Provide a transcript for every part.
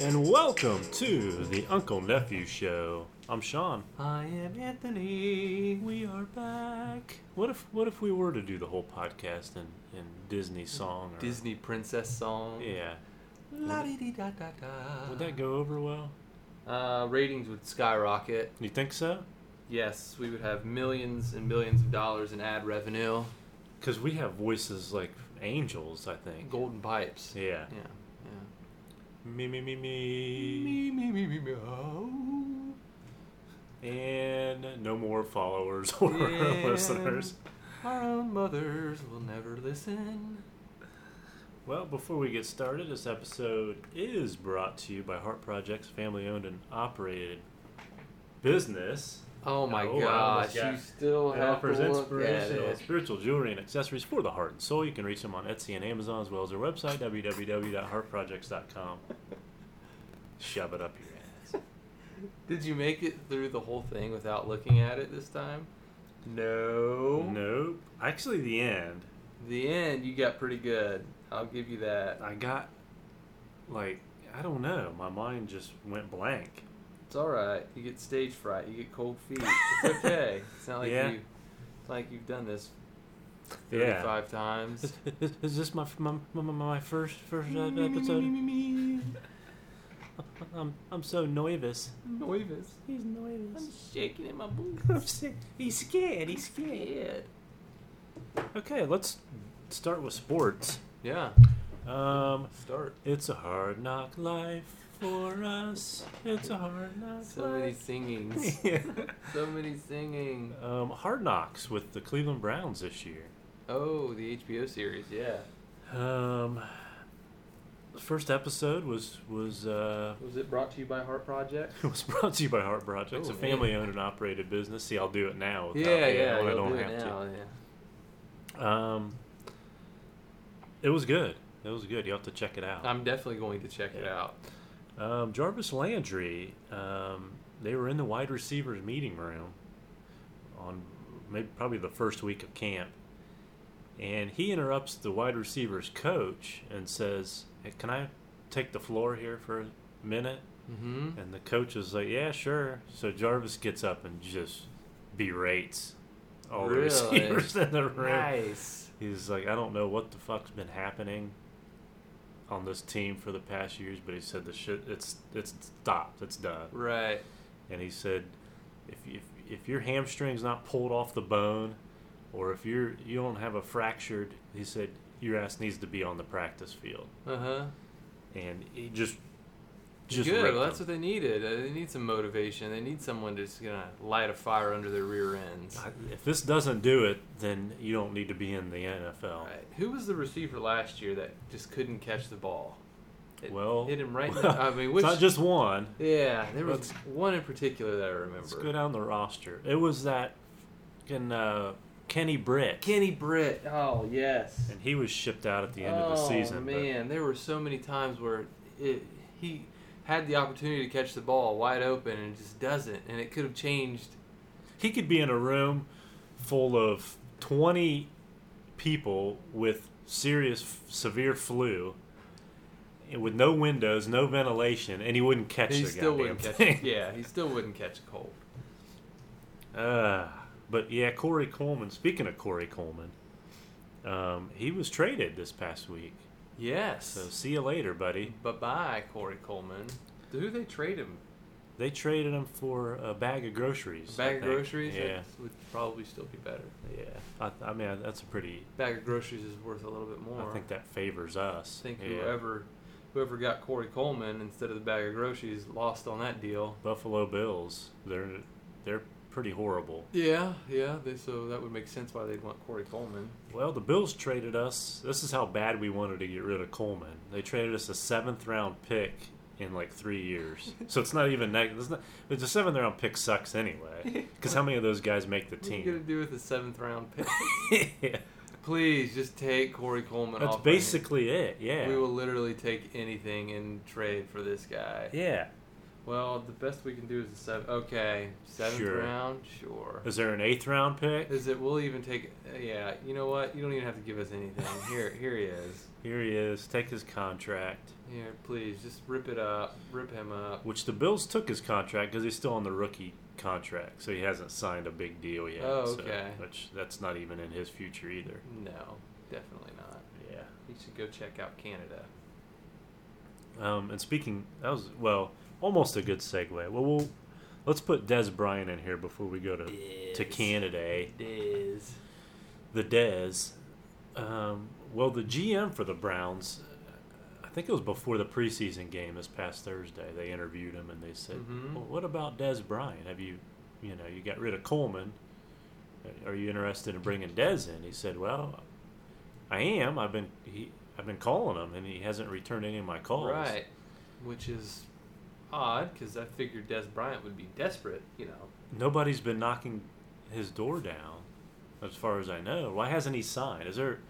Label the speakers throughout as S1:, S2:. S1: and welcome to the Uncle Nephew Show. I'm Sean.
S2: I am Anthony. We are back.
S1: What if what if we were to do the whole podcast in, in Disney song? Or,
S2: Disney princess song.
S1: Yeah.
S2: La di da da da.
S1: Would that go over well?
S2: Uh, ratings would skyrocket.
S1: You think so?
S2: Yes, we would have millions and millions of dollars in ad revenue.
S1: Because we have voices like angels. I think.
S2: Golden pipes.
S1: Yeah.
S2: Yeah. yeah.
S1: Me me me me.
S2: Me, me, me, me, me, oh.
S1: And no more followers or
S2: Yeah.
S1: listeners.
S2: Our own mothers will never listen.
S1: Well, before we get started, this episode is brought to you by Heart Projects, family owned and operated business.
S2: Oh my
S1: Oh, I almost
S2: gosh,
S1: got-
S2: you still
S1: It
S2: have
S1: offers
S2: to look
S1: inspirational
S2: at it.
S1: spiritual jewelry and accessories for the heart and soul. You can reach them on Etsy and Amazon as well as their website, www.heartprojects.com. Shove it up your ass.
S2: Did you make it through the whole thing without looking at it this time? No.
S1: Nope. Actually, the end,
S2: The end, you got pretty good. I'll give you that.
S1: I got, like, I don't know. My mind just went blank.
S2: It's all right. You get stage fright. You get cold feet. It's okay. It's not like
S1: Yeah.
S2: you. It's not like you've done this
S1: Yeah.
S2: thirty-five times.
S1: Is, is this my, my, my, my first first uh, episode?
S2: Nervous.
S1: I'm, I'm so nervous. He's
S2: I'm
S1: nervous.
S2: shaking in my
S1: I'm
S2: boots.
S1: sick. He's scared. He's scared.
S2: Scared.
S1: Okay, let's start with sports.
S2: Yeah.
S1: Um,
S2: Start.
S1: It's a hard knock life for us. It's a hard knock
S2: So many
S1: life.
S2: singings.
S1: Yeah.
S2: so many singing.
S1: um, hard knocks with the Cleveland Browns this year.
S2: Oh, the HBO series. Yeah.
S1: Um, the first episode was was uh,
S2: Was it brought to you by Heart Project?
S1: was brought to you by Heart Projects,
S2: Oh,
S1: a
S2: man.
S1: family-owned and operated business. See, I'll do it now. without-
S2: yeah, yeah.
S1: when I
S2: you'll
S1: don't
S2: do
S1: have
S2: it
S1: to.
S2: now, Yeah.
S1: Um, it was good. It was good. You have to check it out.
S2: I'm definitely going to check it
S1: Yeah.
S2: out.
S1: Um, Jarvis Landry, um, they were in the wide receivers meeting room on maybe probably the first week of camp, and he interrupts the wide receivers coach and says, "Hey, "Can I take the floor here for a minute?"
S2: Mm-hmm.
S1: And the coach is like, "Yeah, sure." So Jarvis gets up and just berates all the
S2: Really?
S1: receivers in the room.
S2: Nice.
S1: He's like, I don't know what the fuck's been happening on this team for the past years, but he said the shit it's it's stopped, it's done.
S2: Right.
S1: And he said, if if if your hamstring's not pulled off the bone, or if you're you don't have a fractured, he said your ass needs to be on the practice field.
S2: Uh huh.
S1: And he just just
S2: good.
S1: ripped
S2: Well, that's
S1: him.
S2: what they needed. Uh, They need some motivation. They need someone just gonna light a fire under their rear ends.
S1: I- if this doesn't do it, then you don't need to be in the NFL.
S2: Right. Who was the receiver last year that just couldn't catch the ball? It
S1: Well,
S2: hit him right. in the- I mean, which?
S1: Oh. it's not just one.
S2: yeah, there was
S1: Let's-
S2: one in particular that I remember.
S1: Let's go down the roster. It was that fucking, uh, Kenny Britt,
S2: Kenny Britt. Oh yes.
S1: and he was shipped out at the end of the season.
S2: Oh
S1: but-
S2: man, there were so many times where it, he had the opportunity to catch the ball wide open and just doesn't, and it could have changed.
S1: he could be in a room full of twenty people with serious, f- severe flu, and with no windows, no ventilation, and he wouldn't catch
S2: he
S1: the
S2: still
S1: goddamn
S2: wouldn't catch.
S1: thing.
S2: Yeah, he still wouldn't catch a cold.
S1: Uh, but yeah, Corey Coleman. Speaking of Corey Coleman, um, he was traded this past week.
S2: Yes.
S1: So see you later, buddy.
S2: Bye bye, Corey Coleman. To Who they trade him?
S1: They traded him for a bag of groceries.
S2: A
S1: I
S2: bag of
S1: think.
S2: groceries?
S1: Yeah,
S2: That would probably still be better.
S1: yeah. I, I mean, that's a pretty.
S2: Bag of groceries is worth a little bit more.
S1: I think that favors us.
S2: I think
S1: yeah.
S2: whoever whoever got Corey Coleman instead of the bag of groceries lost on that deal.
S1: Buffalo Bills, they're they're pretty horrible.
S2: Yeah, yeah. They, so that would make sense why they'd want Corey Coleman.
S1: Well, the Bills traded us. This is how bad we wanted to get rid of Coleman. They traded us a seventh round pick in like three years. so it's not even negative. It's not. But the seventh round pick sucks anyway. Because how many of those guys make the
S2: What are you gonna
S1: team?
S2: do with the seventh round pick?
S1: Yeah.
S2: Please just take Corey Coleman
S1: That's
S2: off. our
S1: basically it. Yeah.
S2: hands. We will literally take anything and trade for this guy.
S1: Yeah.
S2: Well, the best we can do is the seventh. Okay, seventh
S1: Sure.
S2: round, sure.
S1: Is there an eighth round pick?
S2: Is it? We'll even take. uh, Yeah, you know what? You don't even have to give us anything. Here, here he is.
S1: Here he is. Take his contract,
S2: Here, please, just rip it up, rip him up.
S1: which the Bills took his contract because he's still on the rookie contract, so he hasn't signed a big deal yet.
S2: Oh,
S1: so-
S2: okay.
S1: which that's not even in his future either.
S2: No, definitely not.
S1: Yeah.
S2: He should go check out Canada.
S1: Um, and speaking, that was well, almost a good segue. Well, we'll let's put Des Bryant in here before we go to to Canada. eh?
S2: Diz.
S1: The Des, um, well, the GM for the Browns, I think it was before the preseason game this past Thursday. They interviewed him and they said,
S2: Mhm.
S1: "Well, what about Des Bryant? Have you, you know, you got rid of Coleman? Are you interested in bringing Des in?" He said, "Well, I am. I've been he." I've been calling him, and he hasn't returned any of my calls.
S2: Right, which is odd because I figured Des Bryant would be desperate. You know.
S1: nobody's been knocking his door down, as far as I know. Why hasn't he signed? Is there?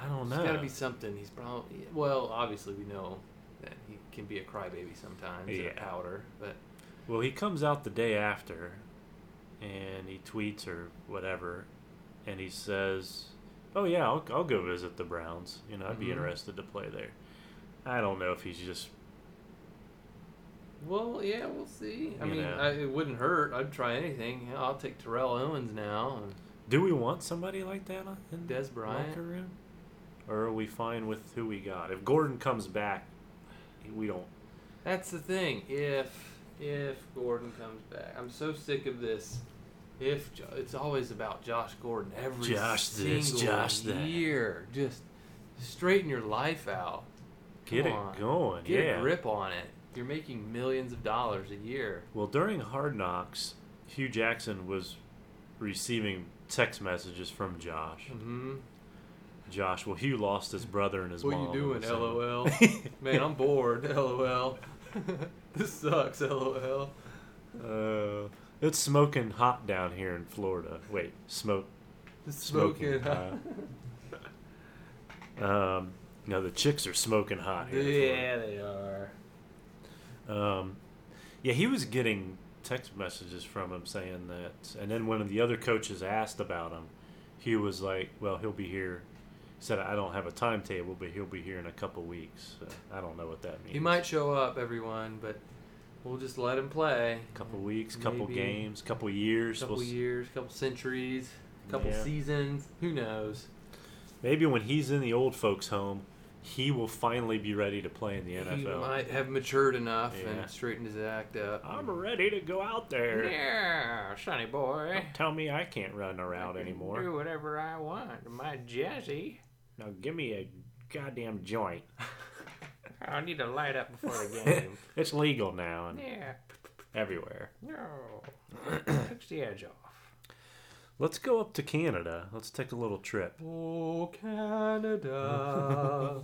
S1: I don't know.
S2: There's got to be something. He's probably well. Obviously, we know that he can be a crybaby sometimes. and a
S1: Yeah.
S2: powder, but
S1: well, he comes out the day after, and he tweets or whatever, and he says, "Oh yeah, I'll, I'll go visit the Browns. You know, I'd be
S2: Mhm.
S1: interested to play there." I don't know if he's just
S2: well, yeah, we'll see. I
S1: You
S2: mean,
S1: know.
S2: I, it wouldn't hurt. I'd try anything. Hell, I'll take Terrell Owens now. and
S1: Do we want somebody like that on- in
S2: Des
S1: the
S2: Bryant?
S1: locker room? Or are we fine with who we got? If Gordon comes back, we don't.
S2: That's the thing. If if Gordon comes back, I'm so sick of this. If Jo- it's always about Josh Gordon every
S1: Josh
S2: single
S1: this, Josh that.
S2: year, just straighten your life out.
S1: Get
S2: Come on.
S1: it going.
S2: Get
S1: yeah.
S2: a grip on it. You're making millions of dollars a year.
S1: Well, during Hard Knocks, Hugh Jackson was receiving text messages from Josh.
S2: Mm-hmm.
S1: Josh, well, Hugh lost his brother and his
S2: What
S1: mom.
S2: you doing,
S1: in the same-
S2: LOL? Man, I'm bored, LOL. this sucks, LOL.
S1: Uh, it's smoking hot down here in Florida. Wait, smoke
S2: This
S1: smoking.
S2: smoking.
S1: hot. um, no, the chicks are smoking uh, hot here. in Florida.
S2: yeah, they are.
S1: Um, yeah, he was getting text messages from him saying that, and then when the other coaches asked about him, he was like, "Well, he'll be here." He said, "I don't have a timetable, but he'll be here in a couple weeks." So I don't know what that means.
S2: He might show up, everyone, but we'll just let him play.
S1: couple weeks, couple
S2: Maybe.
S1: games, couple years.
S2: couple
S1: We'll s-
S2: years, couple centuries, couple
S1: Yeah.
S2: seasons. Who knows?
S1: Maybe when he's in the old folks' home, he will finally be ready to play in the
S2: He
S1: NFL.
S2: might have matured enough
S1: Yeah.
S2: and straightened his act up.
S1: I'm ready to go out there.
S2: Yeah, sonny boy.
S1: Don't tell me I can't run a route anymore.
S2: whatever I want. My jazzy.
S1: Now give me a goddamn joint.
S2: I need to light up before the
S1: It's legal now and
S2: yeah.
S1: everywhere.
S2: No. Takes the edge off.
S1: Let's go up to Canada. Let's take a little trip.
S2: Oh, Canada.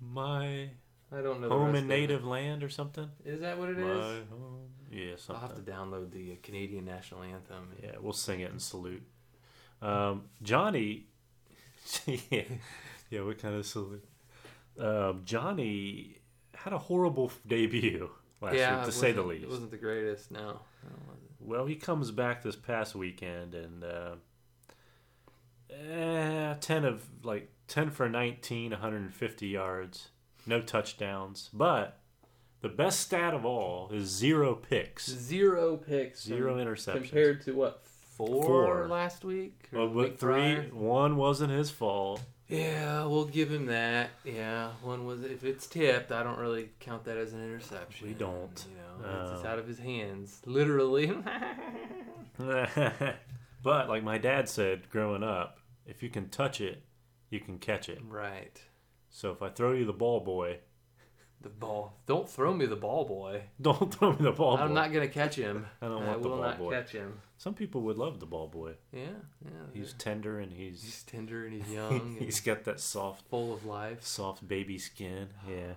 S1: My
S2: I don't know. the
S1: home
S2: rest
S1: and
S2: of it.
S1: native land or something?
S2: Is that what it is?
S1: My home. Yeah,
S2: I'll have
S1: something.
S2: to download the uh, Canadian national anthem.
S1: Yeah, we'll sing it and salute. Um, Johnny. yeah, yeah, what kind of salute? Um, Johnny had a horrible debut last
S2: Yeah,
S1: week, to
S2: it
S1: say the
S2: wasn't-
S1: least.
S2: It wasn't the greatest, no.
S1: Well, he comes back this past weekend and uh, eh, ten of like ten for 19, 150 yards, no touchdowns. But the best stat of all is zero picks,
S2: Zero picks.
S1: zero
S2: com-
S1: interceptions.
S2: Compared to what, four,
S1: Four.
S2: last week? Or
S1: well,
S2: the
S1: but
S2: week
S1: three,
S2: prior?
S1: one wasn't his fault.
S2: Yeah, we'll give him that. Yeah, one was, if it's tipped, I don't really count that as an interception.
S1: We don't.
S2: You know, it's, it's
S1: Um,
S2: out of his hands, literally.
S1: but like my dad said growing up, if you can touch it, you can catch it.
S2: right.
S1: So if I throw you the ball, boy,
S2: The ball. Don't throw me the ball, boy.
S1: don't throw me the ball,
S2: I'm
S1: boy.
S2: not going to catch him.
S1: I don't
S2: I
S1: want the
S2: will
S1: ball,
S2: not
S1: boy.
S2: catch him.
S1: Some people would love the ball boy.
S2: Yeah, yeah.
S1: He's
S2: He's,
S1: tender and he's
S2: he's tender and he's young and
S1: he's got that soft
S2: full of life.
S1: soft baby skin. Yeah.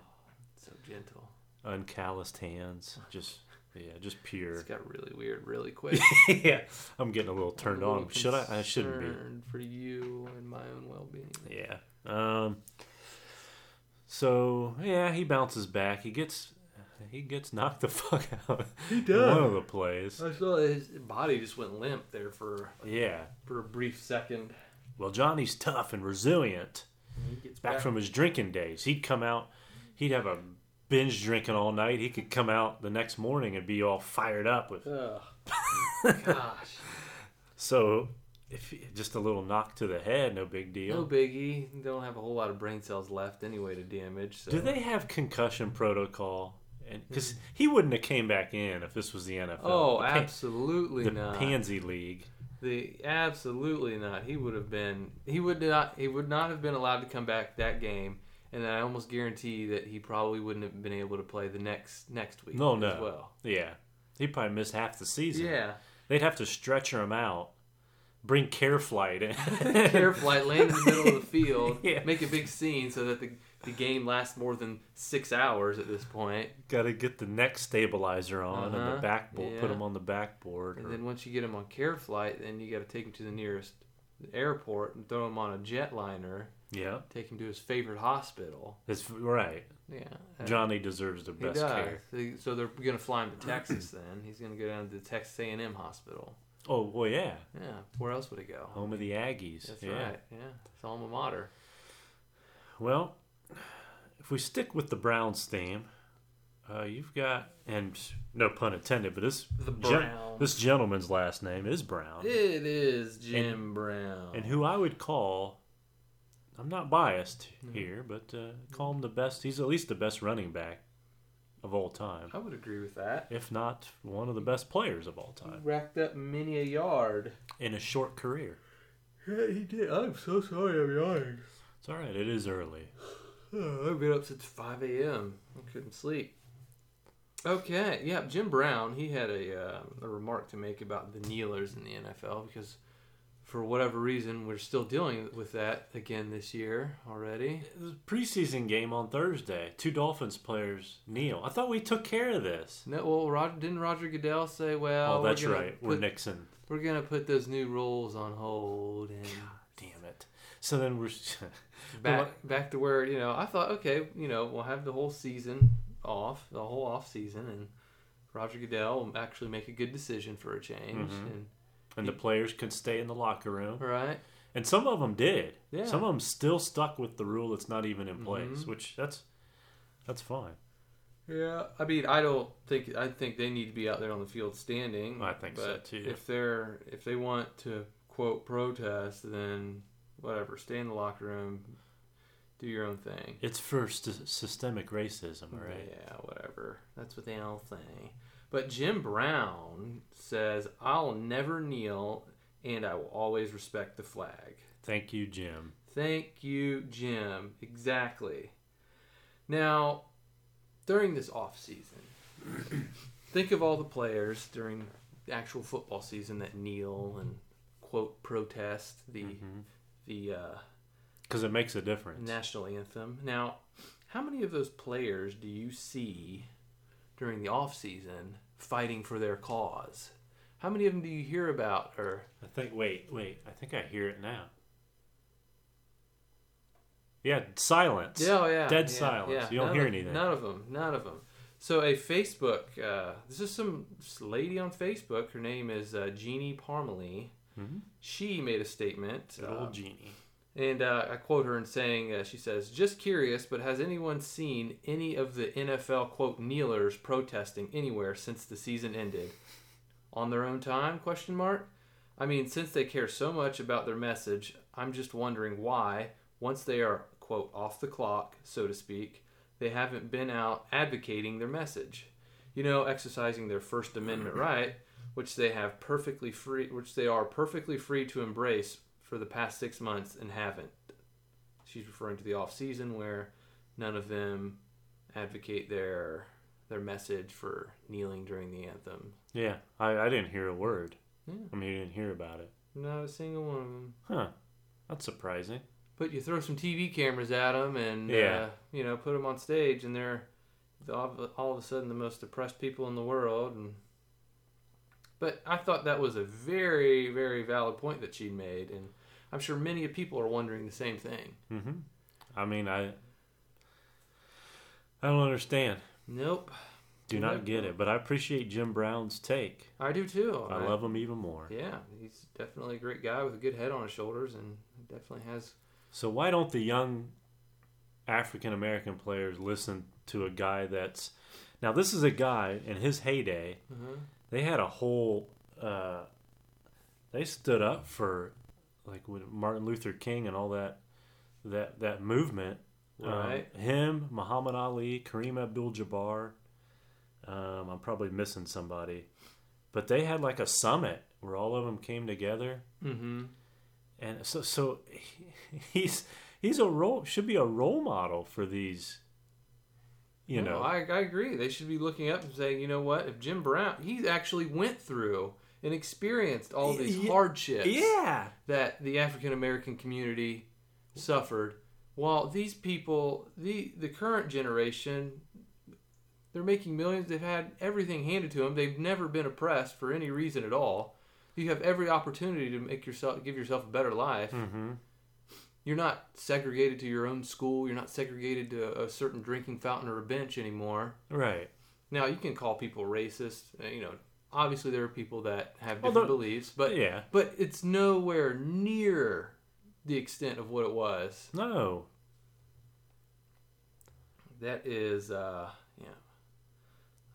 S2: So gentle.
S1: Uncalloused hands. Just yeah, just
S2: It's
S1: pure.
S2: got really weird really quick.
S1: yeah. I'm getting a little turned
S2: I'm a
S1: on.
S2: little
S1: Should I I shouldn't be.
S2: concerned For you and my own well being.
S1: Yeah. Um so yeah, he bounces back. He gets he gets knocked the fuck out.
S2: He
S1: in One of the plays.
S2: I saw his body just went limp there for
S1: Yeah.
S2: for a brief second.
S1: Well, Johnny's tough and resilient.
S2: He gets
S1: Back from his drinking days, he'd come out. He'd have a binge drinking all night. He could come out the next morning and be all fired up with.
S2: Ugh. gosh,
S1: So, if just a little knock to the head, no big deal.
S2: no biggie. They Don't have a whole lot of brain cells left anyway to damage. So.
S1: Do they have concussion protocol? Because he wouldn't have came back in if this was the NFL.
S2: Hmm. Oh,
S1: the, pan-
S2: absolutely
S1: the
S2: not.
S1: pansy league.
S2: The absolutely not. He would have been. He would not. He would not have been allowed to come back that game. And I almost guarantee that he probably wouldn't have been able to play the next next week.
S1: No,
S2: As
S1: no.
S2: well.
S1: Yeah, he probably missed half the season.
S2: Yeah.
S1: they'd have to stretcher him out, bring care flight in.
S2: Air flight land in the middle of the field.
S1: Yeah.
S2: Make a big scene so that the the game lasts more than six hours at this point.
S1: Got to get the neck stabilizer on and
S2: Uh-huh,
S1: the backboard. Put
S2: yeah.
S1: him on the backboard.
S2: And
S1: or-
S2: then once you get him on care flight, then you got to take him to the nearest airport and throw him on a jetliner.
S1: yeah,
S2: Take him to his favorite hospital.
S1: it's right.
S2: Yeah.
S1: Johnny deserves the
S2: He
S1: best
S2: does.
S1: care.
S2: They- So they're going to fly him to Texas then. He's going to go down to the Texas A&M hospital.
S1: Oh well, yeah,
S2: Yeah, where else would he go?
S1: home of the Aggies.
S2: That's
S1: yeah.
S2: right. Oh, Yeah, it's alma mater.
S1: Well, if we stick with the Browns theme, uh, you've got and no pun intended, but this
S2: The
S1: gen-
S2: Brown.
S1: this gentleman's last name is Brown,
S2: It is Jim Brown.
S1: and who I would call. I'm not biased
S2: Mm-hmm.
S1: here, but uh, call him the best. He's at least the best running back of all time,
S2: I would agree with that.
S1: if not one of the best players of all
S2: He
S1: time
S2: racked up many a yard.
S1: in a short career.
S2: Yeah, he did. I'm so sorry I'm yawning.
S1: It's all right. It is early.
S2: Oh, I've been up since 5 a.m. I couldn't sleep. Okay, yeah, Jim Brown, he had a, uh, a remark to make about the kneelers in the NFL because for whatever reason, we're still dealing with that again this year already.
S1: The preseason game on Thursday. Two Dolphins players kneel. I thought we took care of this.
S2: No, well, Roger, didn't Roger Goodell say, well,
S1: Oh, that's
S2: we're gonna
S1: right.
S2: Put,
S1: We're Nixon.
S2: we're going to put those new rules on hold and
S1: Damn it. So then we're
S2: back, back to where, you know, I thought, okay, you know, we'll have the whole season off, the whole off season, and Roger Goodell will actually make a good decision for a change.
S1: Mhm.
S2: And
S1: and the players could stay in the locker room,
S2: Right.
S1: and some of them did.
S2: Yeah.
S1: Some of them still stuck with the rule that's not even in place,
S2: Mhm.
S1: which that's that's fine.
S2: Yeah. I mean, I don't think I think they need to be out there on the field standing.
S1: I think so,
S2: but
S1: too.
S2: If they're if they want to quote protest, then whatever, stay in the locker room, do your own thing.
S1: It's for st- systemic racism, right?
S2: Yeah, whatever. That's what they all say. But Jim Brown says, "I'll never kneel, and I will always respect the flag."
S1: Thank you, Jim.
S2: Thank you, Jim. Exactly. Now, during this off season, think of all the players during the actual football season that kneel and quote protest the the uh,
S1: Because it makes a difference.
S2: national anthem. Now, how many of those players do you see during the off season fighting for their cause? How many of them do you hear about or
S1: I think. Wait, wait. I think I hear it now. Yeah, silence.
S2: Yeah, oh, yeah.
S1: Dead
S2: yeah,
S1: silence.
S2: yeah.
S1: You don't
S2: None
S1: hear
S2: of-
S1: anything.
S2: None of them. None of them. So a Facebook. Uh, this is some lady on Facebook. Her name is uh, Jeannie Parmalee.
S1: Mhm.
S2: She made a statement,
S1: Good
S2: uh,
S1: old genie.
S2: and uh, I quote her in saying, uh, "She says, just curious, but has anyone seen any of the NFL quote kneelers protesting anywhere since the season ended? On their own time? Question mark. I mean, since they care so much about their message, I'm just wondering why, once they are, quote, off the clock, so to speak, they haven't been out advocating their message. You know, exercising their First Amendment right, which they have perfectly free, which they are perfectly free to embrace for the past six months and haven't. She's referring to the off season where none of them advocate their their message for kneeling during the anthem.
S1: Yeah, I, I didn't hear a word.
S2: Yeah.
S1: I mean, I didn't hear about it.
S2: Not a single one of them.
S1: Huh. That's surprising.
S2: But you throw some TV cameras at them and, uh,
S1: Yeah.
S2: you know, put them on stage, and they're the- all, all of a sudden the most depressed people in the world. And but I thought that was a very, very valid point that she made, and I'm sure many of people are wondering the same thing.
S1: hmm I mean, I I don't understand.
S2: Nope,
S1: do not get it, but I appreciate Jim Brown's take.
S2: I do too.
S1: I love him even more.
S2: Yeah, he's definitely a great guy with a good head on his shoulders, and definitely has.
S1: So why don't the young African American players listen to a guy that's now this is a guy in his heyday.
S2: uh
S1: They had a whole uh, they stood up for like with Martin Luther King and all that that that movement. Um,
S2: Right.
S1: him, Muhammad Ali, Kareem Abdul-Jabbar. Um, I'm probably missing somebody, but they had like a summit where all of them came together
S2: mm-hmm.
S1: and so so he's he's a role should be a role model for these you
S2: No,
S1: know
S2: Oh, I, I agree. They should be looking up and saying, you know what? If Jim Brown, he actually went through and experienced all these
S1: Ye-
S2: hardships
S1: yeah
S2: that the African American community suffered, while these people, the the current generation, they're making millions. They've had everything handed to them. They've never been oppressed for any reason at all. You have every opportunity to make yourself, give yourself a better life.
S1: mm-hmm.
S2: You're not segregated to your own school. You're not segregated to a, a certain drinking fountain or a bench anymore.
S1: right
S2: Now you can call people racist. uh, You know, obviously there are people that have
S1: Well,
S2: different
S1: the-
S2: beliefs,
S1: but
S2: but
S1: yeah
S2: but it's nowhere near the extent of what it was.
S1: no
S2: That is, uh, yeah.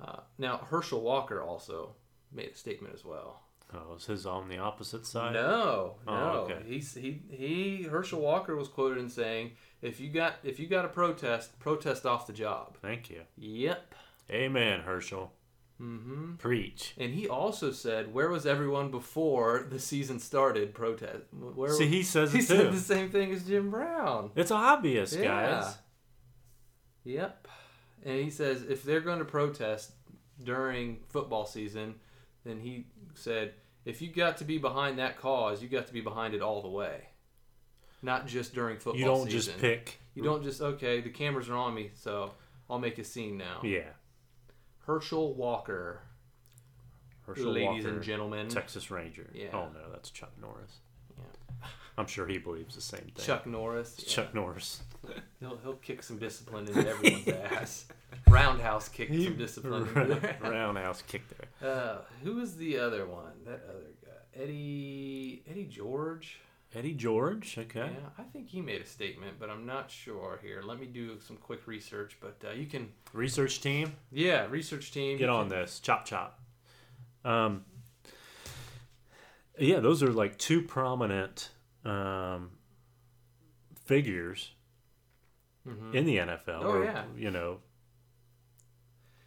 S2: Uh, now Herschel Walker also made a statement as well.
S1: oh is his on the opposite side
S2: No,
S1: Oh,
S2: no.
S1: okay.
S2: He's, he he Herschel Walker was quoted in saying, "If you got if you got a protest, protest off the job."
S1: thank you
S2: Yep.
S1: amen herschel
S2: Mm-hmm.
S1: preach
S2: And he also said, "Where was everyone before the season started?" Protest. Where
S1: see he says
S2: he
S1: it
S2: said
S1: too
S2: the same thing as Jim Brown.
S1: it's obvious
S2: Yeah.
S1: guys
S2: Yep. And he says if they're going to protest during football season, then he said if you got to be behind that cause, you got to be behind it all the way. Not just during football
S1: you don't
S2: season.
S1: just pick
S2: You don't just okay, the cameras are on me, so I'll make a scene now.
S1: yeah
S2: Herschel Walker,
S1: herschel
S2: ladies
S1: Walker,
S2: and gentlemen.
S1: texas ranger
S2: Yeah.
S1: oh no that's chuck norris
S2: Yeah.
S1: i'm sure he believes the same thing
S2: Chuck Norris. yeah.
S1: chuck norris
S2: He'll, he'll kick some discipline into everyone's ass. Roundhouse kick some discipline into their ass.
S1: roundhouse kick there
S2: Uh, who was the other one? That other guy, Eddie Eddie George.
S1: Eddie George, okay.
S2: Yeah, I think he made a statement, but I'm not sure here. Let me do some quick research. But uh, you can,
S1: Research team,
S2: yeah, research team.
S1: get
S2: you
S1: on
S2: can-
S1: this. Chop chop. Um, yeah, those are like two prominent um, figures
S2: Mhm.
S1: in the NFL.
S2: Oh,
S1: or,
S2: yeah.
S1: You know,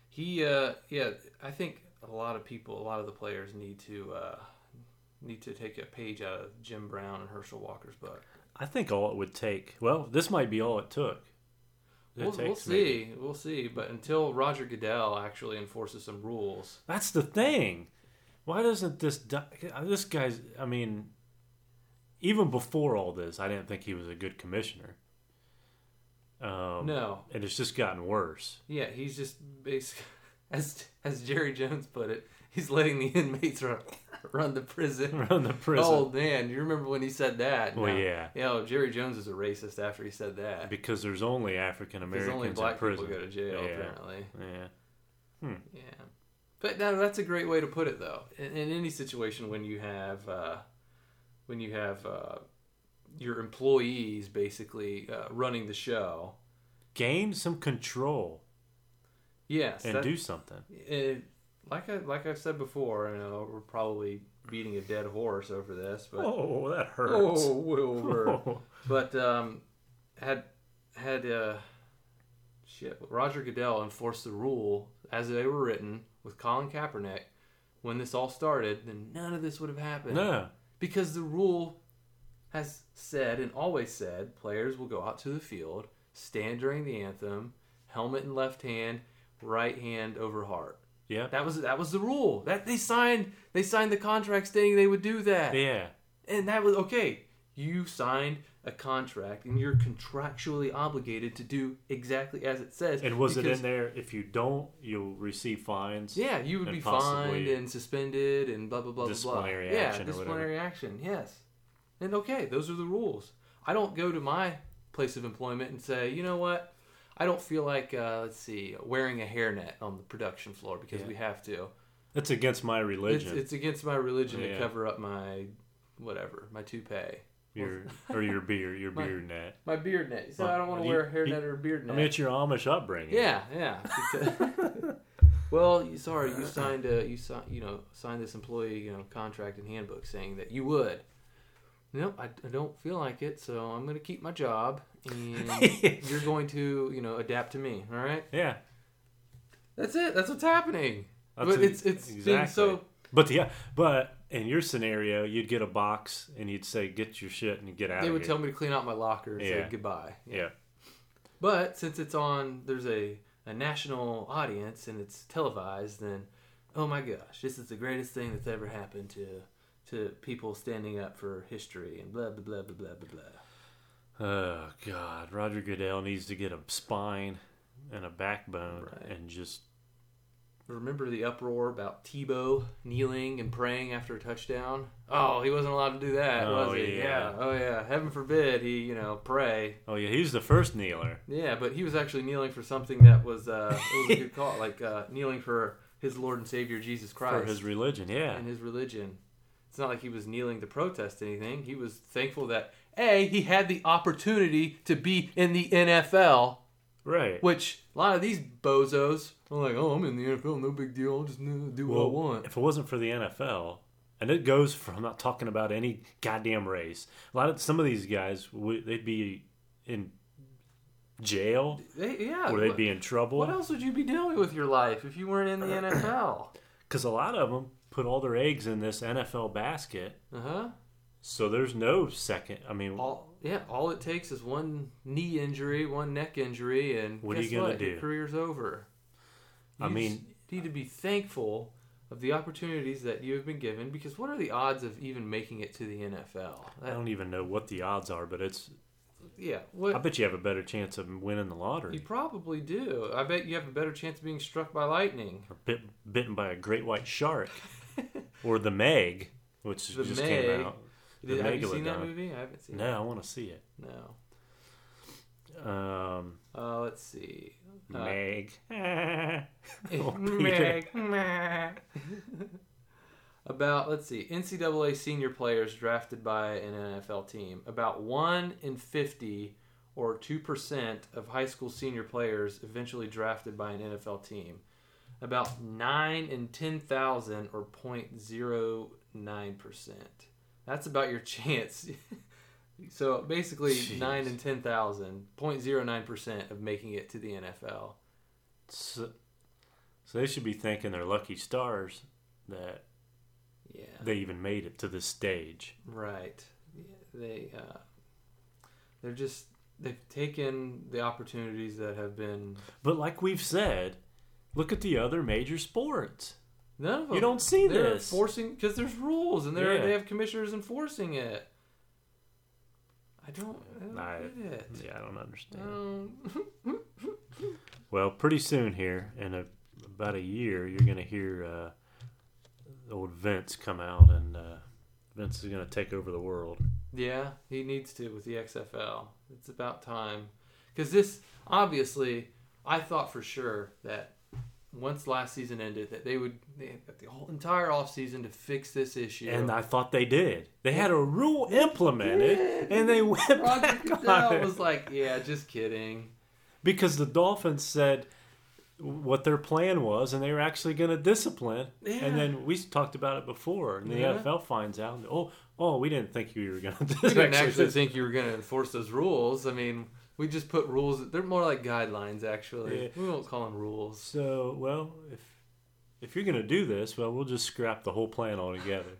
S2: He, uh, yeah, I think a lot of people, a lot of the players need to uh, need to take a page out of Jim Brown and Herschel Walker's book.
S1: I think all it would take. Well, this might be all it took. It
S2: We'll, we'll
S1: takes
S2: see,
S1: maybe-
S2: we'll see. But until Roger Goodell actually enforces some rules,
S1: That's the thing. Why doesn't this di- this guy's? I mean, even before all this, I didn't think he was a good commissioner. Um,
S2: no,
S1: and it's just gotten worse.
S2: Yeah, he's just basically, as as Jerry Jones put it, he's letting the inmates run run the prison.
S1: around the prison.
S2: Oh man, you remember when he said that?
S1: well,
S2: No.
S1: yeah,
S2: You know, Jerry Jones is a racist after he said that.
S1: because there's only African
S2: Because
S1: Americans
S2: only
S1: in
S2: black people
S1: prison.
S2: go to jail,
S1: Yeah.
S2: apparently.
S1: Yeah,
S2: Yeah. But no, that's a great way to put it, though. In, in any situation, when you have uh, when you have uh, your employees basically uh, running the show,
S1: gain some control
S2: yes,
S1: and
S2: that-
S1: do something.
S2: it, like I like I've said before, I know we're probably beating a dead horse over this, but
S1: Oh, that hurts.
S2: oh, Wilbur. but um, had had uh, shit. Roger Goodell enforced the rule as they were written with Colin Kaepernick when this all started, then none of this would have happened.
S1: no,
S2: Because the rule has said and always said players will go out to the field, stand during the anthem, helmet in left hand, right hand over heart.
S1: yeah,
S2: That was that was the rule. That they signed they signed the contract stating they would do that.
S1: yeah,
S2: And that was okay. You signed a contract and you're contractually obligated to do exactly as it says.
S1: and was it
S2: because-
S1: in there? If you don't, you'll receive fines.
S2: Yeah, you would
S1: and
S2: be
S1: possibly
S2: fined and suspended and blah blah blah blah, blah.
S1: disciplinary action or
S2: yeah, disciplinary action. Yes. And okay, those are the rules. I don't go to my place of employment and say, you know what, I don't feel like uh, let's see wearing a hairnet on the production floor because
S1: Yeah.
S2: we have to.
S1: That's against my
S2: It's,
S1: religion.
S2: it's against my religion to
S1: Yeah.
S2: cover up my whatever my toupee,
S1: your or your beard, your
S2: My-
S1: beard net.
S2: my beard net. So
S1: Well,
S2: I don't want to
S1: you-
S2: wear a hairnet
S1: you-
S2: or a beard
S1: I
S2: net.
S1: mean, it's your Amish upbringing.
S2: yeah, yeah. because- well, you, sorry, you signed a you signed you know signed this employee you know contract and handbook saying that you would. Nope, I, I don't feel like it, so I'm going to keep my job, and you're going to you know adapt to me. All right.
S1: yeah.
S2: That's it. That's what's happening.
S1: That's
S2: but
S1: a-
S2: it's it's being so
S1: But yeah, but in your scenario, you'd get a box and you'd say, "Get your shit and get out."
S2: they
S1: of
S2: would
S1: here.
S2: tell me to clean out my locker and say
S1: Yeah.
S2: goodbye.
S1: Yeah.
S2: But since it's on there's a, a national audience and it's televised, then oh my gosh, this is the greatest thing that's ever happened to to people standing up for history and blah blah blah blah blah blah blah.
S1: Oh God, Roger Goodell needs to get a spine and a backbone
S2: Right.
S1: and just
S2: Remember the uproar about Tebow kneeling and praying after a touchdown? Oh, he wasn't allowed to do that,
S1: Oh,
S2: was he?
S1: yeah.
S2: Oh yeah. Heaven forbid he, you know, pray.
S1: oh yeah, he's the first kneeler.
S2: Yeah, but he was actually kneeling for something that was uh, it was a good call, like uh, kneeling for his Lord and Savior Jesus Christ
S1: For his religion, yeah.
S2: and his religion. It's not like he was kneeling to protest anything. He was thankful that a he had the opportunity to be in the NFL,
S1: Right.
S2: which a lot of these bozos are like, oh, I'm in the NFL, no big deal, I'll just uh, do what I
S1: Well,
S2: want.
S1: if it wasn't for the NFL, and it goes for I'm not talking about any goddamn race. A lot of some of these guys, would they'd be in jail
S2: They, yeah,
S1: or they'd
S2: what-
S1: be in trouble.
S2: what else would you be doing with your life if you weren't in the NFL?
S1: because a lot of them put all their eggs in this NFL basket.
S2: Uh huh.
S1: So there's no second. I mean,
S2: all yeah, all it takes is one knee injury, one neck injury, and
S1: What are
S2: guess
S1: you gonna
S2: what? Your
S1: do?
S2: career's over.
S1: I
S2: You
S1: mean-
S2: just need to be thankful of the opportunities that you have been given because what are the odds of even making it to the NFL?
S1: I
S2: That-
S1: don't even know what the odds are, but it's.
S2: yeah,
S1: Uh, I
S2: what
S1: bet you have a better chance of winning the
S2: you
S1: lottery
S2: probably do. I bet you have a better chance of being struck by lightning.
S1: or bit, bitten by a great white shark or the Meg, which
S2: The
S1: just came
S2: Meg.
S1: out. The
S2: Did, have you seen that
S1: Megalodon.
S2: movie? I haven't seen
S1: No, I want to see it.
S2: it. No.
S1: Um,
S2: Uh, let's see. Uh,
S1: Meg. Oh, Peter.
S2: About let's see, NCAA senior players drafted by an NFL team. About one in fifty or two percent of high school senior players eventually drafted by an NFL team. About nine in ten thousand or 0.09 percent. That's about your chance. so basically,
S1: Jeez.
S2: nine in ten thousand, 0.09 percent of making it to the NFL.
S1: So, so they should be thanking their lucky stars that
S2: Yeah.
S1: they even made it to this stage.
S2: Right. Yeah, They uh, they're just they've taken the opportunities that have been
S1: But like we've said, look at the other major sports.
S2: none of them.
S1: You don't see
S2: they're
S1: this.
S2: forcing because there's rules and they are
S1: Yeah.
S2: they have commissioners enforcing it. I don't, I don't
S1: I-
S2: get it.
S1: Yeah, I don't understand.
S2: Um,
S1: Well, pretty soon here, in a, about a year, you're going to hear uh, old Vince come out, and uh, Vince is going to take over the world.
S2: yeah, he needs to with the XFL. It's about time because this obviously I thought for sure that once last season ended that they would they had got the whole entire offseason to fix this issue
S1: And I thought they did. They had a rule implemented, and they went
S2: Roger
S1: back on
S2: Goodell
S1: it.
S2: was like, "Yeah, just kidding."
S1: because the Dolphins said what their plan was, and they were actually going to discipline.
S2: Yeah.
S1: And then we talked about it before, and the
S2: Yeah.
S1: NFL finds out, and, oh, oh, we didn't think you were going to
S2: We didn't
S1: actually
S2: actually think you were going to enforce those rules. I mean, we just put rules. They're more like guidelines, actually.
S1: Yeah.
S2: We won't call them rules.
S1: So, well, if if you're gonna do this, well, we'll just scrap the whole plan altogether.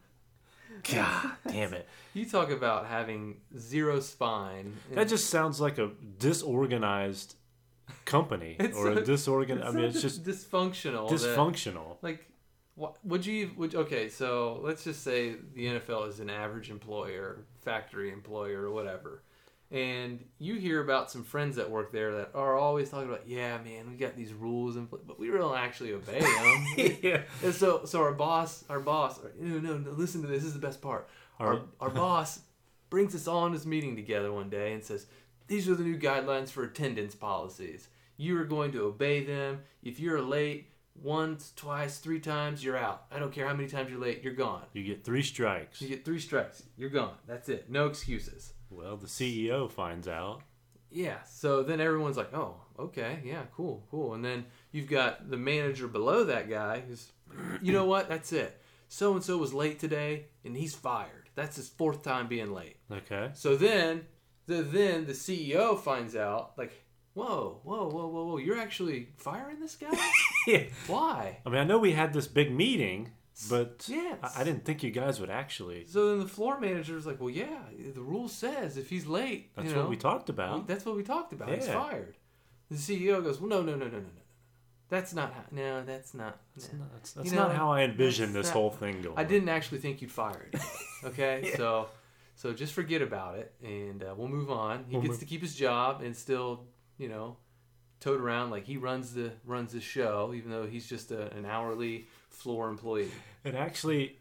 S1: God damn it!
S2: You talk about having zero spine.
S1: That just sounds like a disorganized company
S2: It's
S1: or
S2: so-
S1: a disorganized. I
S2: It's
S1: mean,
S2: so
S1: it's just
S2: dysfunctional. that-
S1: dysfunctional.
S2: like, what, would you? Would okay? So let's just say the NFL is an average employer, factory employer, or whatever. And you hear about some friends that work there that are always talking about, yeah, man, we got these rules, in pla- but we don't actually obey them.
S1: yeah.
S2: And so, so our boss, our boss, no, no, no, listen to this. This is the best part. Our,
S1: Our-
S2: our boss brings us all in his meeting together one day and says, "These are the new guidelines for attendance policies. You are going to obey them. If you're late once, twice, three times, you're out. I don't care how many times you're late, you're gone.
S1: You get three strikes.
S2: You get three strikes, you're gone. That's it. No excuses.
S1: Well, the CEO finds out.
S2: Yeah. So then everyone's like, oh, okay, yeah, cool, cool. And then you've got the manager below that guy who's, you know what? That's it. So and so was late today, and he's fired. That's his fourth time being late.
S1: Okay.
S2: So then, the then the CEO finds out, like, whoa, whoa, whoa, whoa, whoa, you're actually firing this guy?
S1: Yeah.
S2: Why?
S1: I mean, I know we had this big meeting, but
S2: Yes.
S1: I, I didn't think you guys would actually.
S2: So then the floor manager's like, well, yeah, the rule says if he's late,
S1: That's
S2: you
S1: what
S2: know,
S1: we talked about.
S2: That's what we talked about. He's
S1: Yeah.
S2: fired. The CEO goes, well, no, no, no, no, no, no, no. That's not how. No, that's not.
S1: That's
S2: no.
S1: not, that's, that's
S2: know,
S1: not how I envisioned
S2: that's
S1: this
S2: not-
S1: whole thing going.
S2: I didn't actually think you'd fire it. Okay, so so just forget about it, and uh, we'll move on. He
S1: We'll
S2: gets
S1: move-
S2: to keep his job and still, you know, tote around like he runs the runs the show, even though he's just a, an hourly floor employee.
S1: And actually,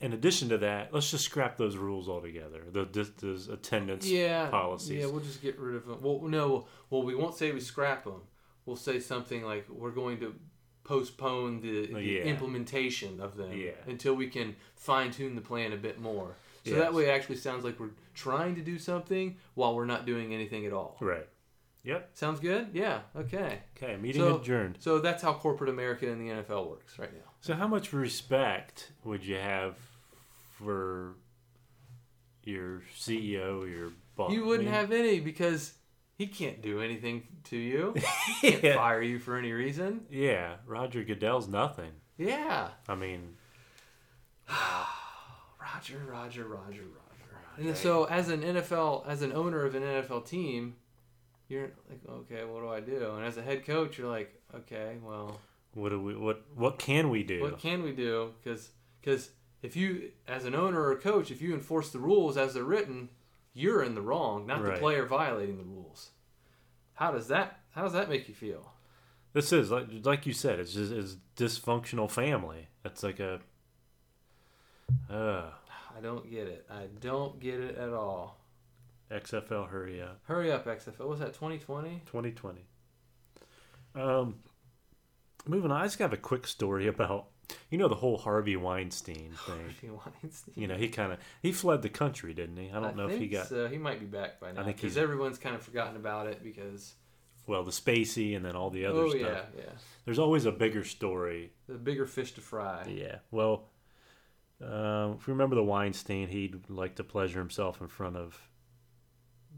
S1: in addition to that, let's just scrap those rules altogether. The, the, those attendance
S2: yeah,
S1: policies.
S2: Yeah, we'll just get rid of them. Well, no, well we won't say we scrap them. We'll say something like we're going to postpone the, the
S1: Yeah.
S2: implementation of them
S1: Yeah.
S2: until we can fine tune the plan a bit more. So
S1: Yes.
S2: that way, it actually sounds like we're trying to do something while we're not doing anything at all.
S1: Right. Yep.
S2: Sounds good. Yeah. Okay.
S1: Okay. Meeting
S2: So-
S1: adjourned.
S2: So that's how corporate America and the NFL works right now.
S1: So, how much respect would you have for your CEO, your boss?
S2: You wouldn't have any because he can't do anything to you. He can't
S1: Yeah.
S2: fire you for any reason.
S1: Yeah, Roger Goodell's nothing.
S2: Yeah.
S1: I mean,
S2: Roger, Roger, Roger, Roger. And so, as an NFL, as an owner of an NFL team, you're like, okay, what do I do? And as a head coach, you're like, okay, well,
S1: what do we? What what can we do?
S2: what can we do? Because if you, as an owner or coach, if you enforce the rules as they're written, you're in the wrong, not
S1: Right.
S2: the player violating the rules. How does that? How does that make you feel?
S1: This is like like you said. It's just it's dysfunctional family. It's like a. Uh,
S2: I don't get it. I don't get it at all.
S1: XFL, hurry up.
S2: Hurry up, XFL. What Was that 2020?
S1: 2020. Um, moving on, I just have a quick story about you know the whole Harvey Weinstein thing.
S2: Harvey Weinstein.
S1: You know he kind of he fled the country, didn't he? I don't know if
S2: think
S1: he got
S2: So he might be back by now.
S1: think
S2: because
S1: he's-
S2: everyone's kind of forgotten about it because.
S1: well the Spacey and then all the other
S2: oh
S1: stuff.
S2: yeah, yeah.
S1: There's always a bigger story
S2: The bigger fish to fry.
S1: Yeah. Well, um, if you remember the Weinstein, he'd like to pleasure himself in front of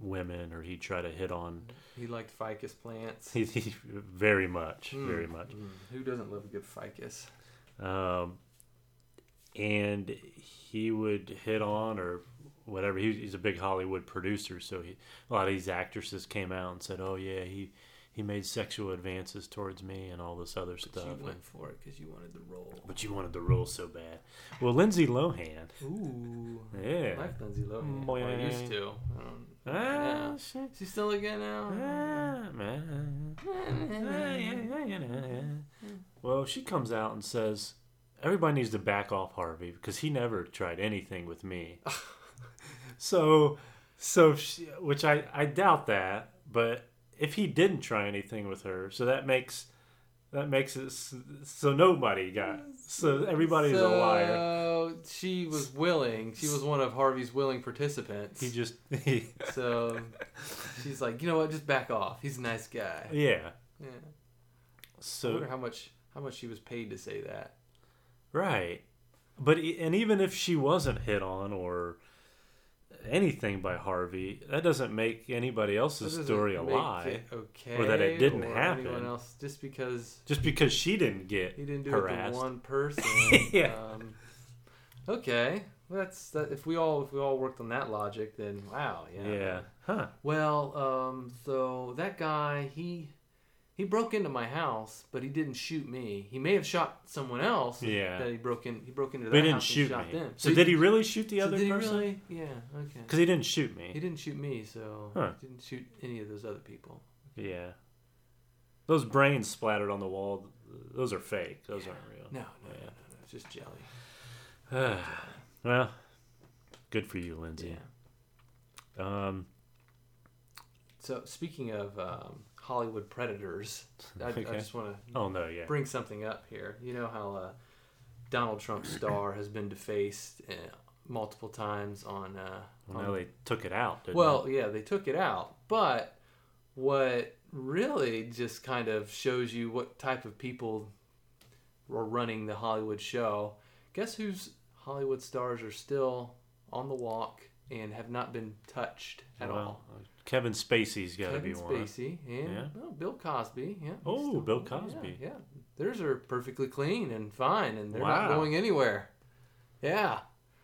S1: women, or he'd try to hit on.
S2: He liked ficus plants.
S1: He, he very much,
S2: Mm,
S1: very much.
S2: mm. Who doesn't love a good ficus?
S1: Um, and he would hit on or whatever. He, he's a big Hollywood producer, so he, a lot of these actresses came out and said, "Oh yeah, he." He made sexual advances towards me and all this other
S2: But
S1: stuff.
S2: you
S1: and-
S2: went for it because you wanted the role.
S1: but you wanted the role so bad. Well, Lindsay Lohan.
S2: Ooh.
S1: Yeah.
S2: I like Lindsay Lohan.
S1: Boy.
S2: Well, I used to. I don't,
S1: Ah,
S2: yeah.
S1: shit.
S2: Is she still a guy now?
S1: Well, she comes out and says, Everybody needs to back off Harvey because he never tried anything with me. so, so she, which I, I doubt that, but if he didn't try anything with her, so that makes that makes it s- so nobody got so everybody's
S2: so,
S1: a liar.
S2: she was willing. She was one of Harvey's willing participants.
S1: He just he,
S2: so she's like, you know what? Just back off. He's a nice guy.
S1: yeah.
S2: Yeah. I
S1: So
S2: wonder how much how much she was paid to say that.
S1: Right. But e- and even if she wasn't hit on or anything by Harvey, that doesn't make anybody
S2: That
S1: else's
S2: doesn't
S1: story a
S2: make
S1: lie.
S2: it okay,
S1: or that it didn't
S2: or
S1: happen.
S2: Anyone else, just because
S1: Just because she didn't get
S2: he didn't do it
S1: harassed.
S2: to one person.
S1: Yeah.
S2: Um, okay, Well, that's that. If we all if we all worked on that logic, then wow, yeah.
S1: yeah. Huh.
S2: Well, um, so that guy he. He broke into my house, but he didn't shoot me. He may have shot someone else.
S1: Yeah.
S2: That he broke in. He broke into
S1: But
S2: their
S1: he didn't
S2: house
S1: shoot
S2: and shot
S1: me.
S2: them.
S1: So did he really shoot the
S2: so
S1: other
S2: did he
S1: person?
S2: really? Yeah. Okay.
S1: Because he didn't shoot
S2: He
S1: me.
S2: didn't shoot me, so
S1: Huh.
S2: he didn't shoot any of those other people.
S1: Yeah. Those brains splattered on the wall, those are fake. Those
S2: Yeah.
S1: aren't real.
S2: No, no, no,
S1: Oh, Yeah.
S2: no, no, it's just jelly.
S1: well, good for you, Lindsay.
S2: Yeah.
S1: Um,
S2: So speaking of um, Hollywood predators, I,
S1: Okay.
S2: I just want to
S1: Oh no, yeah.
S2: bring something up here. You know how uh, Donald Trump's star has been defaced uh, multiple times on. Uh,
S1: Well,
S2: on-
S1: now they took it out. Didn't
S2: well, yeah, they took it out, but what really just kind of shows you what type of people are running the Hollywood show. Guess whose Hollywood stars are still on the walk and have not been touched
S1: they?
S2: at all?
S1: Oh, Well, Kevin Spacey's got to be
S2: Kevin
S1: one.
S2: Spacey and
S1: Yeah.
S2: oh, Bill Cosby. Yeah. he's
S1: Oh,
S2: still-
S1: Bill
S2: yeah,
S1: Cosby.
S2: Yeah, Theirs are perfectly clean and fine, and they're
S1: Wow.
S2: not going anywhere. Yeah.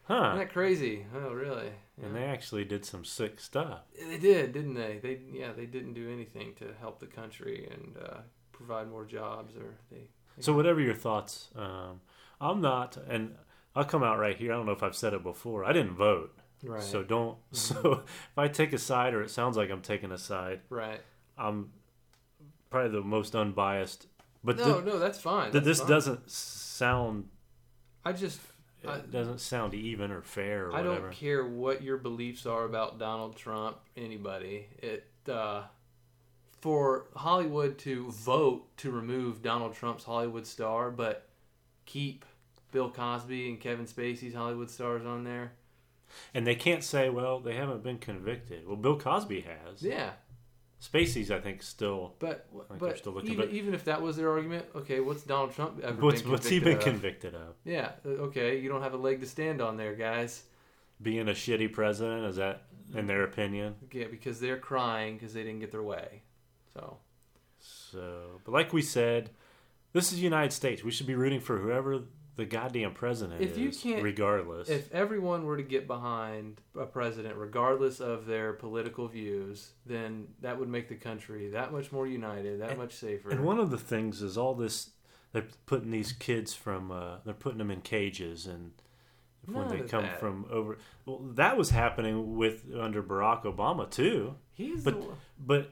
S2: Isn't
S1: Huh?
S2: that crazy? Oh, really? Yeah.
S1: And they actually did some sick stuff.
S2: They did, didn't they? They yeah, they didn't do anything to help the country and uh, provide more jobs, or they
S1: So whatever your thoughts, um, I'm not, and I'll come out right here. I don't know if I've said it before. I didn't vote,
S2: right, Mm-hmm.
S1: so don't. So if I take a side, or it sounds like I'm taking a side,
S2: right.
S1: I'm probably the most unbiased. But
S2: No,
S1: thi-
S2: no, that's fine.
S1: thi-
S2: that's
S1: this
S2: fine.
S1: doesn't sound
S2: I just
S1: it
S2: I-
S1: doesn't sound even or fair or
S2: I
S1: whatever.
S2: don't care what your beliefs are about Donald Trump, anybody. It uh, for Hollywood to vote to remove Donald Trump's Hollywood star, but keep Bill Cosby and Kevin Spacey's Hollywood stars on there.
S1: And they can't say, well, they haven't been convicted. Well, Bill Cosby has.
S2: Yeah,
S1: Spacey's, I think, still.
S2: But
S1: think they're
S2: but
S1: still looking,
S2: even,
S1: but-
S2: even if that was their argument, okay, what's Donald Trump ever
S1: What's
S2: been
S1: what's he been
S2: convicted of?
S1: convicted of?
S2: Yeah, uh, okay, you don't have a leg to stand on there, guys.
S1: Being a shitty president? Is that in their opinion?
S2: Yeah, because they're crying because they didn't get their way. So
S1: So, but like we said, this is the United States. We should be rooting for whoever the goddamn president is,
S2: If you can't-
S1: regardless.
S2: if everyone were to get behind a president, regardless of their political views, then that would make the country that much more united, that
S1: And-
S2: much safer.
S1: and one of the things is all this. They're putting these kids from. Uh, they're putting them in cages, and when
S2: None
S1: they
S2: of
S1: come
S2: that.
S1: from over, well, that was happening with under Barack Obama too.
S2: He's
S1: but-
S2: the one.
S1: But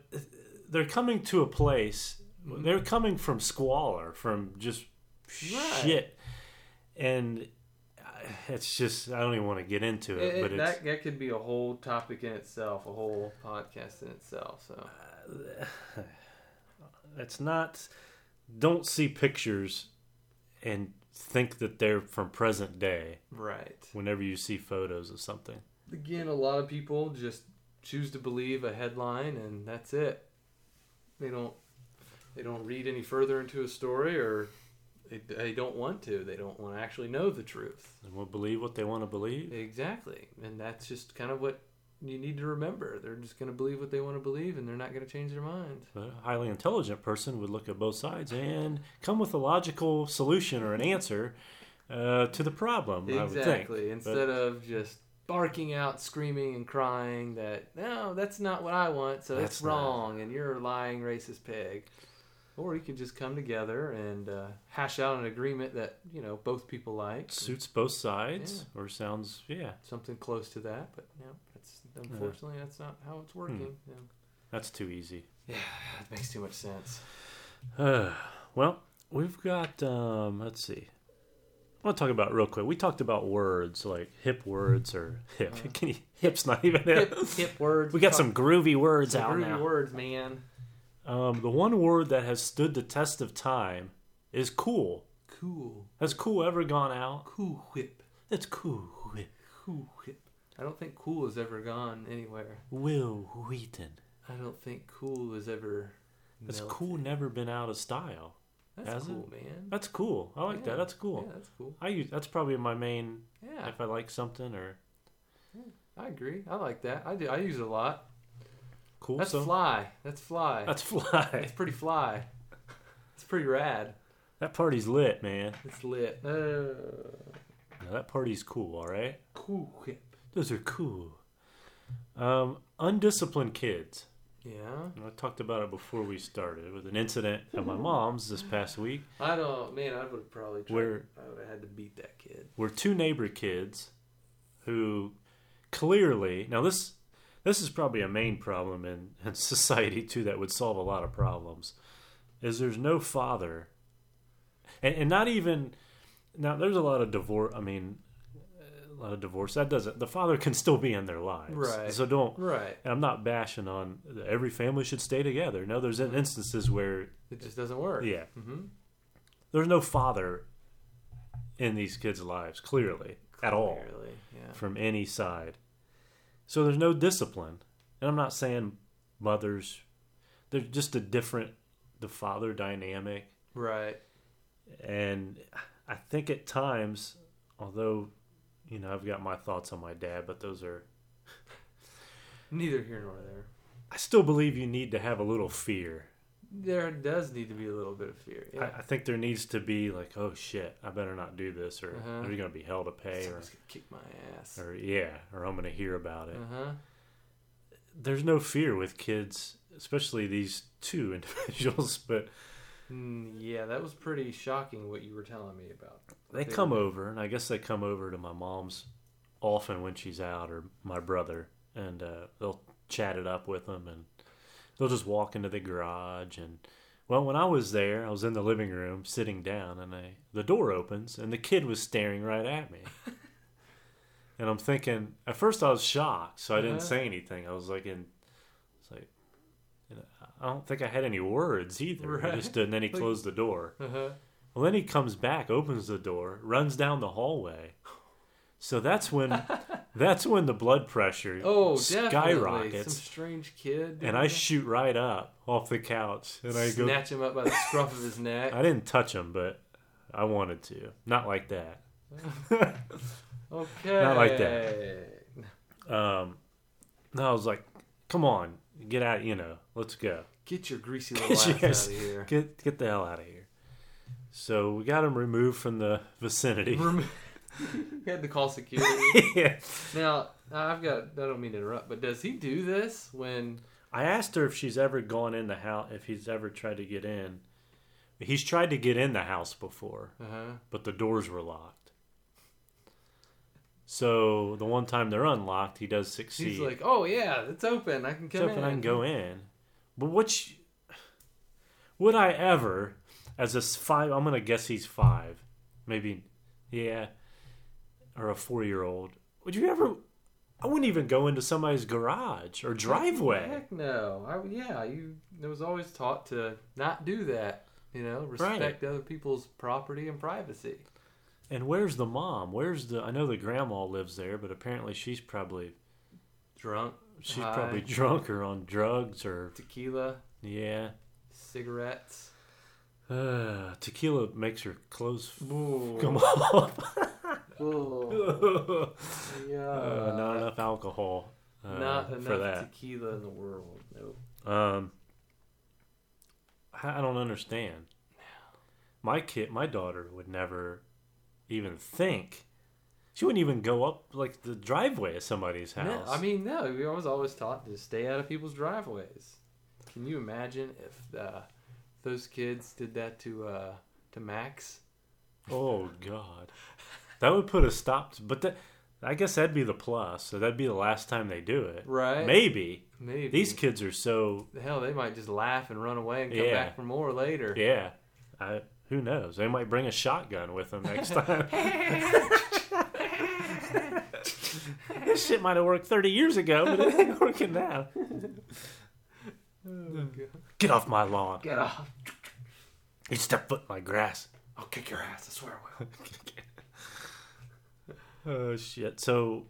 S1: they're coming to a place.
S2: Mhm.
S1: They're coming from squalor, from just shit, and uh, it's just I don't even want to get into it.
S2: It- it-
S1: uh, but it's,
S2: that that could be a whole topic in itself, a whole podcast in itself. So
S1: it's not don't see pictures and think that they're from present day
S2: right.
S1: whenever you see photos of something
S2: again, a lot of people just choose to believe a headline and that's it. They don't they don't read any further into a story or they, they don't want to. They don't want to actually know the truth.
S1: and will believe what they want to believe
S2: Exactly. And that's just kind of what you need to remember. They're just going to believe what they want to believe and they're not going to change their mind.
S1: a highly intelligent person would look at both sides and come with a logical solution or an answer uh, to the problem i would think
S2: Exactly. Instead of just barking out, screaming and crying that no, that's not what I want, so it's
S1: That's not-
S2: wrong, and you're a lying racist pig. Or you could just come together and uh, hash out an agreement that you know both people like,
S1: It suits both sides or sounds yeah
S2: something close to that. But you know, that's unfortunately that's not how
S1: Hmm.
S2: it's working. you know.
S1: that's too easy
S2: Yeah, it makes too much sense.
S1: Uh, well, we've got. Um, let's see. I want to talk about real quick. We talked about words like hip words or hip.
S2: Uh-huh.
S1: Can you, hip's not even hip.
S2: Hip, hip words.
S1: We got
S2: Talk-
S1: some groovy words
S2: some
S1: out
S2: groovy
S1: now.
S2: words, man.
S1: Um, the one word that has stood the test of time is cool.
S2: Cool,
S1: Has cool ever gone out?
S2: cool whip,
S1: It's cool.
S2: cool whip. I don't think cool has ever gone anywhere.
S1: Will Wheaton.
S2: I don't think cool has ever.
S1: Has
S2: melted.
S1: cool never been out of style?
S2: That's
S1: has it?
S2: cool, man.
S1: That's cool. I like
S2: Yeah.
S1: that. That's cool.
S2: Yeah, that's cool.
S1: I use that's probably my main
S2: Yeah,
S1: if I like something or
S2: I agree. I like that. I do. I use it a lot.
S1: cool.
S2: That's
S1: so
S2: fly. That's fly.
S1: that's fly.
S2: That's pretty fly. It's pretty rad.
S1: That party's lit, man.
S2: It's lit. Uh,
S1: Now, that party's cool, all right?
S2: cool whip.
S1: Those are cool. Um, undisciplined kids.
S2: Yeah.
S1: And I talked about it before we started with an incident at my mom's this past week
S2: I don't. Man, I would have probably. Tried,
S1: Where-
S2: I would have had to beat that kid.
S1: where two neighbor kids who clearly now this this is probably a main problem in, in society too that would solve a lot of problems is there's no father and, and not even now there's a lot of divorce i mean uh, lot of divorce. That doesn't. The father can still be in their lives,
S2: Right.
S1: So don't.
S2: Right.
S1: And I'm not bashing on every family should stay together. No, there's instances where
S2: It just doesn't work.
S1: yeah,
S2: hmm
S1: there's no father in these kids' lives clearly at all
S2: Clearly. Yeah.
S1: from any side. So there's no discipline, and I'm not saying mothers. They're just a different the father dynamic.
S2: Right.
S1: and I think at times, although you know I've got my thoughts on my dad, but those are
S2: Neither here nor there.
S1: I still believe you need to have a little fear.
S2: There does need to be a little bit of fear. Yeah.
S1: I, I think there needs to be like, oh shit, I better not do this, or
S2: Uh-huh.
S1: there's gonna be hell to pay, or,
S2: Someone's gonna kick my ass.
S1: or yeah, or I'm gonna hear about it.
S2: Uh huh.
S1: There's no fear with kids, especially these two individuals, but
S2: Mm, yeah, that was pretty shocking what you were telling me about.
S1: they
S2: They
S1: come
S2: were-
S1: over, and I guess they come over to my mom's often when she's out, or my brother, and uh, they'll chat it up with them, and they'll just walk into the garage. And well, when I was there, I was in the living room sitting down, and I, the door opens, and the kid was staring right at me. and I'm thinking, at first I was shocked, so I didn't
S2: Uh-huh.
S1: say anything. I was like, in, it's like, you know, I don't think I had any words either. I just
S2: Right.
S1: didn't. Then he
S2: Like-
S1: closed the door.
S2: Uh huh.
S1: Well, then he comes back, opens the door, runs down the hallway. So that's when that's when the blood pressure
S2: Oh, definitely. Some
S1: skyrockets,
S2: strange kid.
S1: and I shoot right up off the couch, and I go.
S2: snatch him up by the scruff of his neck.
S1: I didn't touch him, but I wanted to. Not like that.
S2: Okay.
S1: like that. Um, no, I was like, "Come on, get out! You know, let's go,
S2: Get your greasy little ass
S1: Yes.
S2: out of here.
S1: get get the hell out of here." So we got him removed from the vicinity.
S2: Rem- you had to call security.
S1: yeah.
S2: now, I've got. I don't mean to interrupt, but does he do this when?
S1: I asked her if she's ever gone in the house, if he's ever tried to get in. He's tried to get in the house before,
S2: Uh huh.
S1: but the doors were locked. So the one time they're unlocked, he does succeed.
S2: He's like, "Oh yeah, it's open. I can come
S1: so
S2: in.
S1: if I can go in, but what? sh would I ever, as a s- five? I'm gonna guess he's five, maybe, yeah, or a four year old. Would you ever? I wouldn't even go into somebody's garage or driveway.
S2: Heck no. I, yeah, you. It was always taught to not do that. You know,
S1: Right.
S2: respect other people's property and privacy.
S1: And where's the mom? Where's the? I know the grandma lives there, but apparently she's probably
S2: Drunk
S1: she's
S2: High.
S1: probably drunk or on drugs or
S2: tequila,
S1: yeah.
S2: cigarettes.
S1: Uh, tequila makes her clothes f-
S2: Ooh.
S1: come off.
S2: Ooh.
S1: uh,
S2: Yeah.
S1: not enough alcohol uh,
S2: Not enough
S1: for that.
S2: tequila in the world. Nope.
S1: um, I I don't understand. My kid, my daughter would never even think. She wouldn't even go up like the driveway of somebody's house.
S2: No, I mean, no. We was always taught to stay out of people's driveways. Can you imagine if uh, those kids did that to uh, to Max?
S1: Oh God, that would put a stop. To, but that, I guess that'd be the plus. So that'd be the last time they do it.
S2: Right.
S1: Maybe
S2: Maybe.
S1: these kids are so
S2: Hell, they might just laugh and run away and come
S1: Yeah.
S2: back for more later.
S1: yeah. I, who knows? They might bring a shotgun with them next time. this shit might have worked thirty years ago, but it ain't working now. Get off my lawn!
S2: Get off.
S1: You step foot in my grass.
S2: I'll kick your ass. I swear I will.
S1: Oh shit! So,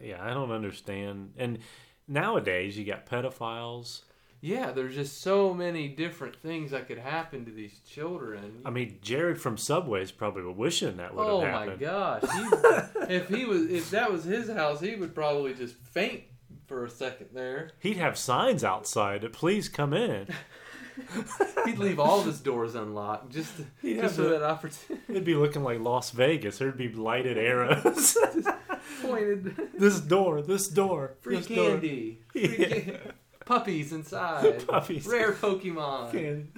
S1: yeah, I don't understand. And nowadays, you got pedophiles.
S2: Yeah, there's just so many different things that could happen to these children.
S1: I mean, Jared from Subway is probably wishing that would have
S2: oh
S1: happened.
S2: my gosh. He, if he was if that was his house, he would probably just faint for a second there.
S1: He'd have signs outside that please come in.
S2: He'd leave all of his doors unlocked just to,
S1: He'd have
S2: just for
S1: the-
S2: that opportunity
S1: It'd be looking like Las Vegas. There'd be lighted arrows.
S2: pointed.
S1: this door, this door,
S2: Free
S1: this
S2: candy. Free
S1: Yeah.
S2: can- puppies inside.
S1: door. Puppies.
S2: Rare Pokemon.
S1: Candy.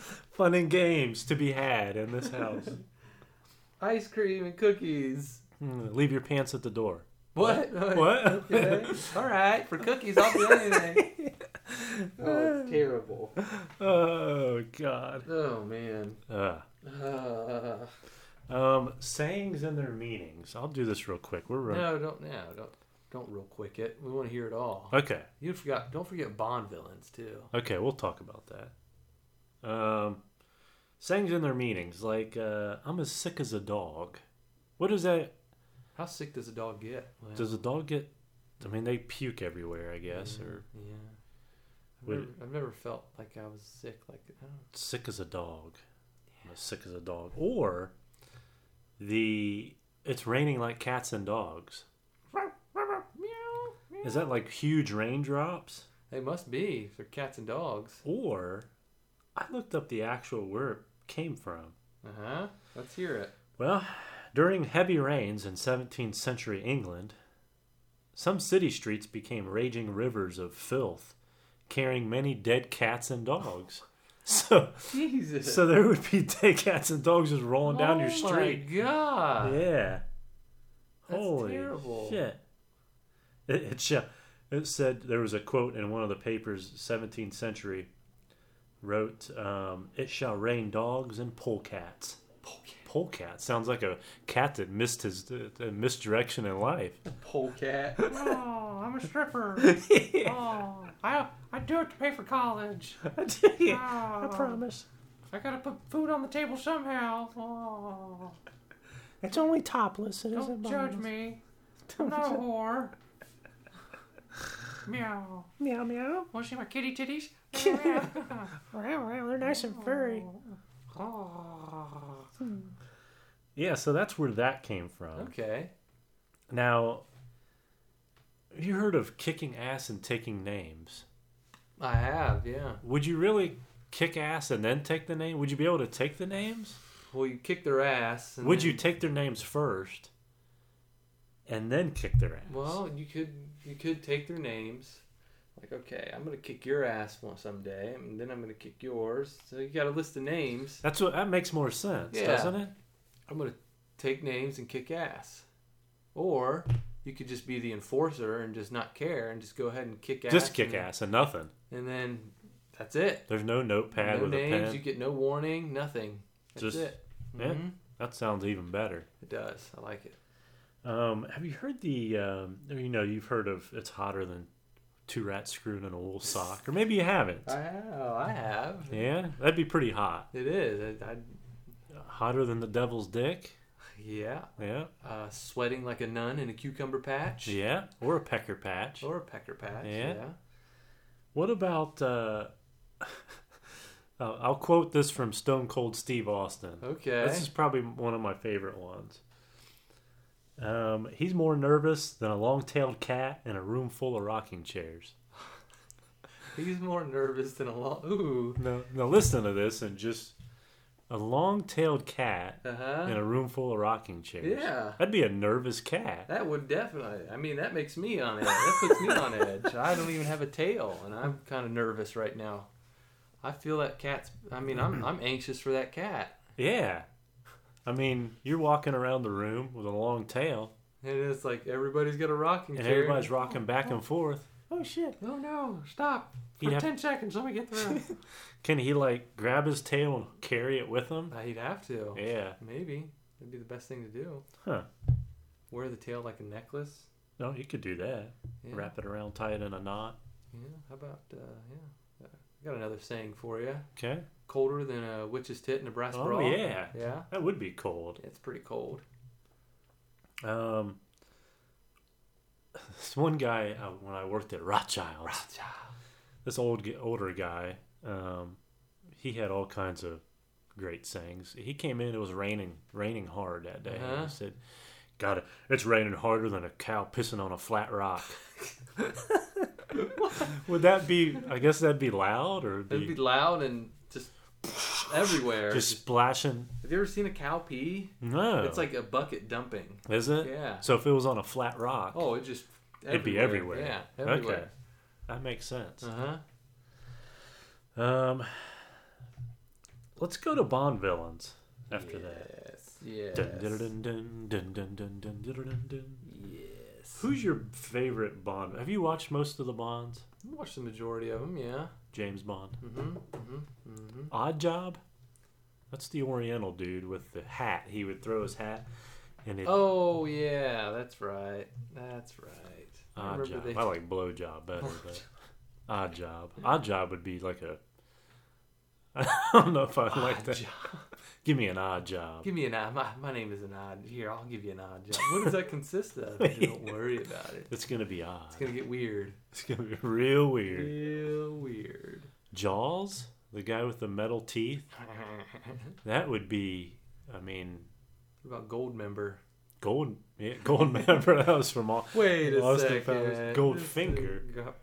S1: Fun and games to be had in this house.
S2: Ice cream and cookies.
S1: Mm, leave your pants at the door.
S2: What?
S1: What?
S2: Okay. All right. For cookies, I'll do anything. oh, terrible.
S1: oh God.
S2: Oh, man.
S1: Uh,
S2: Uh,
S1: Um, sayings and their meanings. I'll do this real quick. We're running.
S2: No, don't. No, don't. Don't real quick it. We want to hear it all.
S1: Okay.
S2: You forgot. Don't forget Bond villains too.
S1: Okay, we'll talk about that. Um, sayings and their meanings. Like, uh, I'm as sick as a dog. What is that?
S2: How sick does a dog get? Well,
S1: Does a dog get? I mean, they puke everywhere, I guess, or
S2: yeah. I've
S1: Would-
S2: never, I've never felt like I was sick. Like I don't
S1: sick as a dog. I'm as sick as a dog. Or the it's raining like cats and dogs. Is that like huge raindrops?
S2: They must be. If they're cats and dogs.
S1: Or I looked up the actual where it came from.
S2: Uh huh. Let's hear it.
S1: Well, during heavy rains in 17th century England, some city streets became raging rivers of filth, carrying many dead cats and dogs. So,
S2: Jesus.
S1: so there would be dead cats and dogs just rolling down your street.
S2: Oh my god.
S1: Yeah.
S2: That's
S1: Holy
S2: terrible.
S1: shit. It, it, sho- it said there was a quote in one of the papers, 17th century, wrote, um, "It shall rain dogs and polecats." Polecat sounds like a cat that missed his uh, uh, misdirection in life.
S2: Polecat.
S3: Oh, I'm a stripper. Oh, I I do it to pay for college.
S1: I promise.
S3: I gotta put food on the table somehow. Oh,
S1: It's only topless. It
S3: don't judge me. I'm not a whore. Meow.
S1: Meow meow.
S3: Want to see my kitty titties?
S1: Wow wow. They're nice and furry.
S3: oh.
S1: Yeah, so that's where that came from.
S2: okay.
S1: Now, have you heard of kicking ass and taking names?
S2: I have. Yeah.
S1: Would you really kick ass and then take the name? Would you be able to take the names?
S2: Well, you kick their ass. And
S1: Would
S2: then-
S1: you take their names first and then kick their ass?
S2: Well, you could. You could take their names. Like, okay, I'm gonna kick your ass one someday, and then I'm gonna kick yours. So you got to list the names.
S1: that's what that makes more sense,
S2: Yeah.
S1: doesn't it?
S2: I'm gonna take names and kick ass. Or you could just be the enforcer and just not care and just go ahead and kick ass.
S1: Just kick
S2: and,
S1: ass and nothing.
S2: And then that's it.
S1: There's no notepad
S2: no
S1: with a
S2: names.
S1: pen.
S2: You get no warning. Nothing. That's
S1: Just-
S2: it.
S1: yeah.
S2: Mhm.
S1: That sounds even better.
S2: It does. I like it.
S1: Um, have you heard the? Um, you know, you've heard of it's hotter than two rats screwed in a wool sock, or maybe you haven't.
S2: I have. I have.
S1: Yeah, that'd be pretty hot.
S2: It is. I, I,
S1: Hotter than the devil's dick.
S2: yeah.
S1: Yeah,
S2: Uh, sweating like a nun in a cucumber patch.
S1: yeah, or a pecker patch.
S2: Or a pecker patch.
S1: Yeah.
S2: Yeah.
S1: What about? Uh, uh, I'll quote this from Stone Cold Steve Austin.
S2: Okay.
S1: This is probably one of my favorite ones. Um, he's more nervous than a long-tailed cat in a room full of rocking chairs.
S2: He's more nervous than a long. Ooh.
S1: Now, now listen to this and just a long-tailed cat
S2: Uh
S1: in
S2: huh.
S1: a room full of rocking chairs.
S2: Yeah.
S1: I'd be a nervous cat.
S2: That would definitely. I mean, that makes me on edge. That puts me on edge. I don't even have a tail, and I'm kind of nervous right now. I feel that cat's. I mean, I'm I'm anxious for that cat,
S1: Yeah. I mean, you're walking around the room with a long tail,
S2: and it's like everybody's got a rocking
S1: and
S2: chair.
S1: everybody's rocking back and forth. Oh shit!
S3: Oh no, stop. For
S1: He'd have-
S3: 10 seconds, let me get through.
S1: Can he like grab his tail and carry it with him?
S2: Uh, He'd have to.
S1: Yeah.
S2: Maybe that'd be the best thing to do.
S1: Huh.
S2: Wear the tail like a necklace.
S1: No, you could do that.
S2: Yeah.
S1: Wrap it around, tie it in a knot.
S2: Yeah. How about? Uh, yeah. Uh, I got another saying for you.
S1: Okay.
S2: Colder than a witch's tit in a brass
S1: Oh,
S2: bra.
S1: yeah.
S2: Yeah.
S1: That would be cold.
S2: It's pretty cold.
S1: Um, this one guy uh, when I worked at Rothschild, this old g- older guy, um, he had all kinds of great sayings. He came in; it was raining, raining hard that day. and
S2: Uh-huh.
S1: He said, "God, it's raining harder than a cow pissing on a flat rock." Would that be? I guess that'd be loud, or it'd
S2: It'd
S1: be,
S2: be loud and just everywhere.
S1: just Oh. splashing.
S2: Have you ever seen a cow pee?
S1: No,
S2: It's like a bucket dumping.
S1: is it?
S2: Yeah.
S1: So if it was on a flat rock,
S2: Oh, it just
S1: It'd be
S2: Yeah,
S1: everywhere.
S2: everywhere.
S1: that makes sense.
S2: Uh huh.
S1: Um, let's go to Bond villains after that.
S2: yes. Yes.
S1: Dun, dun, dun, dun, dun, dun, dun, dun, dun, dun, dun.
S2: Yes.
S1: Who's your favorite Bond? Have you watched most of the Bonds?
S2: I watched the majority of them. Yeah.
S1: James Bond,
S2: Mm-hmm. Mm-hmm. Mm-hmm.
S1: Odd Job. What's the Oriental dude with the hat? He would throw his hat, and it.
S2: Oh yeah, that's right. That's right. I
S1: Odd
S2: remember
S1: job.
S2: they
S1: I like blow job better, but odd job. Odd job would be like a. I don't know if I like that.
S2: job.
S1: Give me an odd job.
S2: Give me an odd. My, my name is an odd. Here, I'll give you an odd job. What does that consist of? Don't worry about it.
S1: It's gonna be odd.
S2: It's gonna get weird.
S1: It's gonna be real weird.
S2: Real weird.
S1: Jaws, the guy with the metal teeth.
S2: what
S1: That would be. I mean,
S2: about gold member?
S1: gold. Yeah, gold member. That was from all.
S2: Wait a
S1: Austin
S2: second.
S1: Powers, gold
S2: This
S1: finger.
S2: dude Got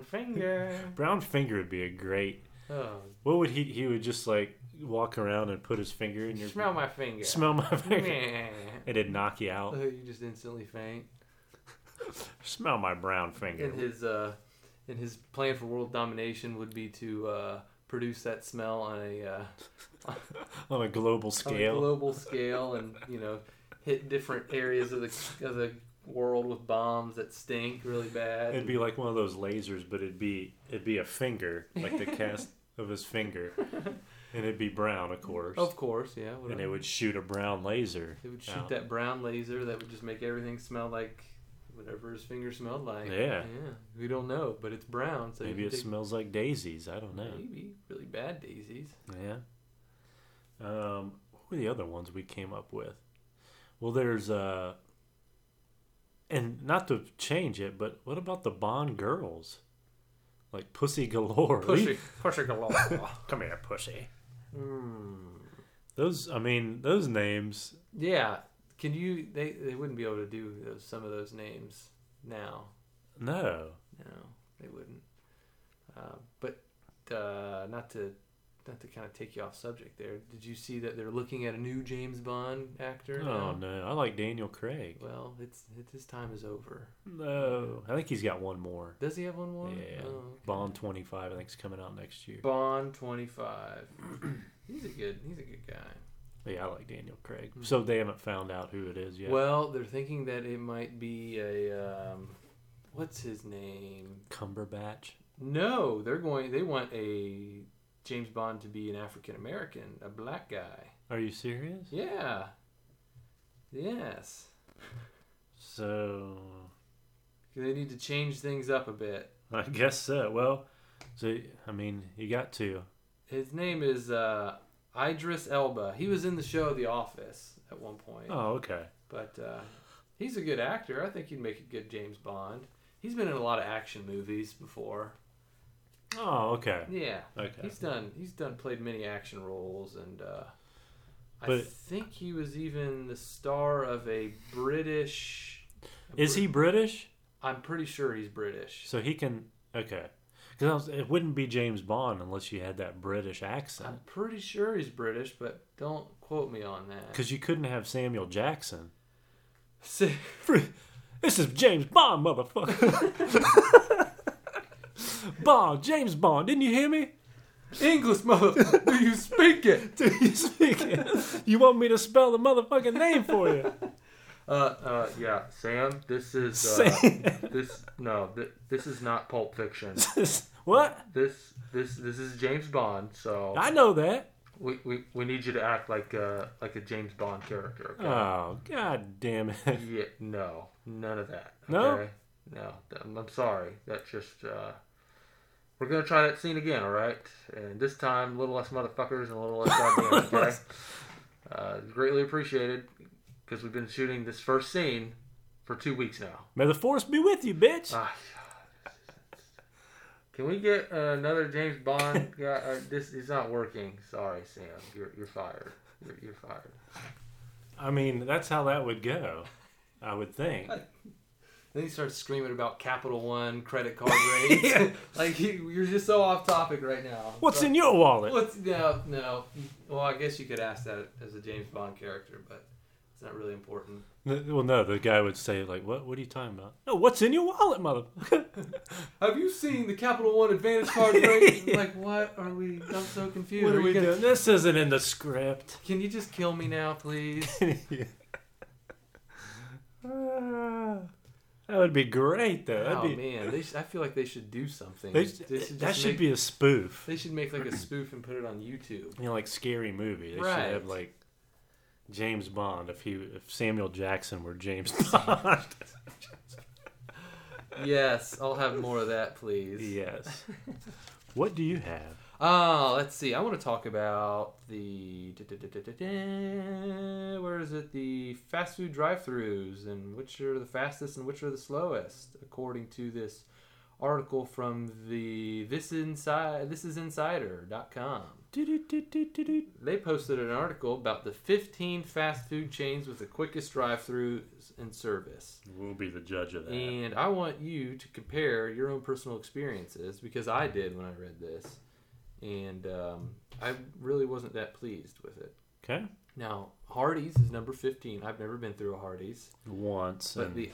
S2: finger.
S1: Brown finger would be a great.
S2: Oh,
S1: What would he? He would just like walk around and put his finger in your.
S2: smell my finger.
S1: Smell my finger.
S2: Meh.
S1: It'd knock you out.
S2: Oh, you just instantly faint.
S1: Smell my brown finger.
S2: And his uh, and his plan for world domination would be to uh, produce that smell on a uh,
S1: on a global
S2: on a
S1: scale.
S2: global scale, and you know, hit different areas of the of the world with bombs that stink really bad.
S1: it'd be like one of those lasers, but it'd be it'd be a finger, like the cast of his finger, and it'd be brown, of course.
S2: of course, yeah. whatever.
S1: and it would shoot a brown laser.
S2: It would shoot
S1: out.
S2: that brown laser that would just make everything smell like whatever his finger smelled like.
S1: Yeah.
S2: Yeah. We don't know, but it's brown, so you
S1: Maybe
S2: can
S1: it
S2: take-
S1: smells like daisies. I don't know.
S2: Maybe really bad daisies.
S1: Yeah. Um, what were the other ones we came up with? Well, there's uh, and not to change it, but what about the Bond girls? Like pussy galore.
S2: Pussy,
S1: Leave-
S2: pussy galore.
S1: Come here, pussy.
S2: mm.
S1: Those, I mean, those names.
S2: Yeah. Can you? They they wouldn't be able to do those, some of those names now.
S1: No,
S2: No, they wouldn't. Uh, but uh, not to not to kind of take you off subject there. Did you see that they're looking at a new James Bond actor?
S1: oh
S2: now?
S1: no, I like Daniel Craig.
S2: Well, it's it, his time is over.
S1: No, I think he's got one more.
S2: Does he have one more?
S1: Yeah,
S2: Oh, okay.
S1: Bond 25. I think is coming out next year.
S2: Bond twenty five. he's a good he's a good guy.
S1: Yeah, I like Daniel Craig. So they haven't found out who it is yet.
S2: Well, they're thinking that it might be a um, what's his name?
S1: Cumberbatch.
S2: No, they're going. They want a James Bond to be an African American, a black guy.
S1: Are you serious?
S2: Yeah. Yes.
S1: So
S2: They need to change things up a bit.
S1: I guess so. Well, so I mean, you got to.
S2: His name is uh, Idris Elba. He was in the show The Office at one point.
S1: Oh, okay.
S2: But uh, he's a good actor. I think he'd make a good James Bond. He's been in a lot of action movies before.
S1: Oh, okay.
S2: Yeah,
S1: Okay.
S2: he's done. He's done played many action roles, and uh, I
S1: But-
S2: think he was even the star of a British.
S1: Is he British?
S2: I'm pretty sure he's British.
S1: So he can. Okay. Because it wouldn't be James Bond unless you had that British accent.
S2: I'm pretty sure he's British, but don't quote me on that.
S1: Because you couldn't have Samuel Jackson.
S2: So-
S1: This is James Bond, motherfucker. Bond, James Bond. Didn't you hear me?
S2: English mother, do you speak it?
S1: Do you speak it? You want me to spell the motherfucking name for you?
S2: Uh, uh, yeah, Sam. This is uh,
S1: Sam.
S2: this. No, th- this is not Pulp Fiction.
S1: what?
S2: This this this is James Bond. So
S1: I know that.
S2: we, we, we need you to act like a like a James Bond character. Okay?
S1: Oh, god damn it.
S2: yeah, no, none of that.
S1: No?
S2: okay? no. I'm, I'm sorry. That's just uh, we're gonna try that scene again. All right, and this time a little less motherfuckers and a little less goddamn. Okay, uh, greatly appreciated because we've been shooting this first scene for two weeks now.
S1: May the force be with you, bitch.
S2: Ah, Can we get another James Bond guy? Uh, this is not working. Sorry, Sam. You're, you're fired. You're, you're fired.
S1: I mean, that's how that would go. I would think.
S2: Then he starts screaming about Capital One credit card rates. like he, you're just so off topic right now.
S1: What's
S2: So-
S1: in your wallet?
S2: What's no no? Well, I guess you could ask that as a James Bond character, but it's not really important.
S1: N- Well, no, the guy would say, like, what What are you talking about? No, what's in your wallet, motherfucker?
S2: Have you seen the Capital One Advantage card rate? like what are we? I'm so confused.
S1: what are we
S2: you gonna-
S1: doing? This isn't in the script.
S2: Can you just kill me now, please?
S1: Ah. That would be great, though. That'd
S2: Oh
S1: be,
S2: man, they sh- I feel like they should do something.
S1: they,
S2: They should
S1: that
S2: just
S1: should
S2: make-
S1: be a spoof.
S2: They should make like a spoof and put it on YouTube.
S1: You know, like scary movie. They
S2: Right.
S1: should have like James Bond if he if Samuel Jackson were James Bond.
S2: Yes, I'll have more of that, please.
S1: yes. What do you have?
S2: Oh, let's see. I want to talk about the where is it? The fast food drive-throughs and which are the fastest and which are the slowest, according to this article from the this inside this is insider.com. They posted an article about the 15 fast food chains with the quickest drive-throughs in service.
S1: We'll be the judge of that.
S2: And I want you to compare your own personal experiences because I did when I read this, and um, I really wasn't that pleased with it.
S1: Okay.
S2: Now, Hardee's is number fifteen. I've never been through a Hardee's,
S1: Once.
S2: but
S1: and-
S2: the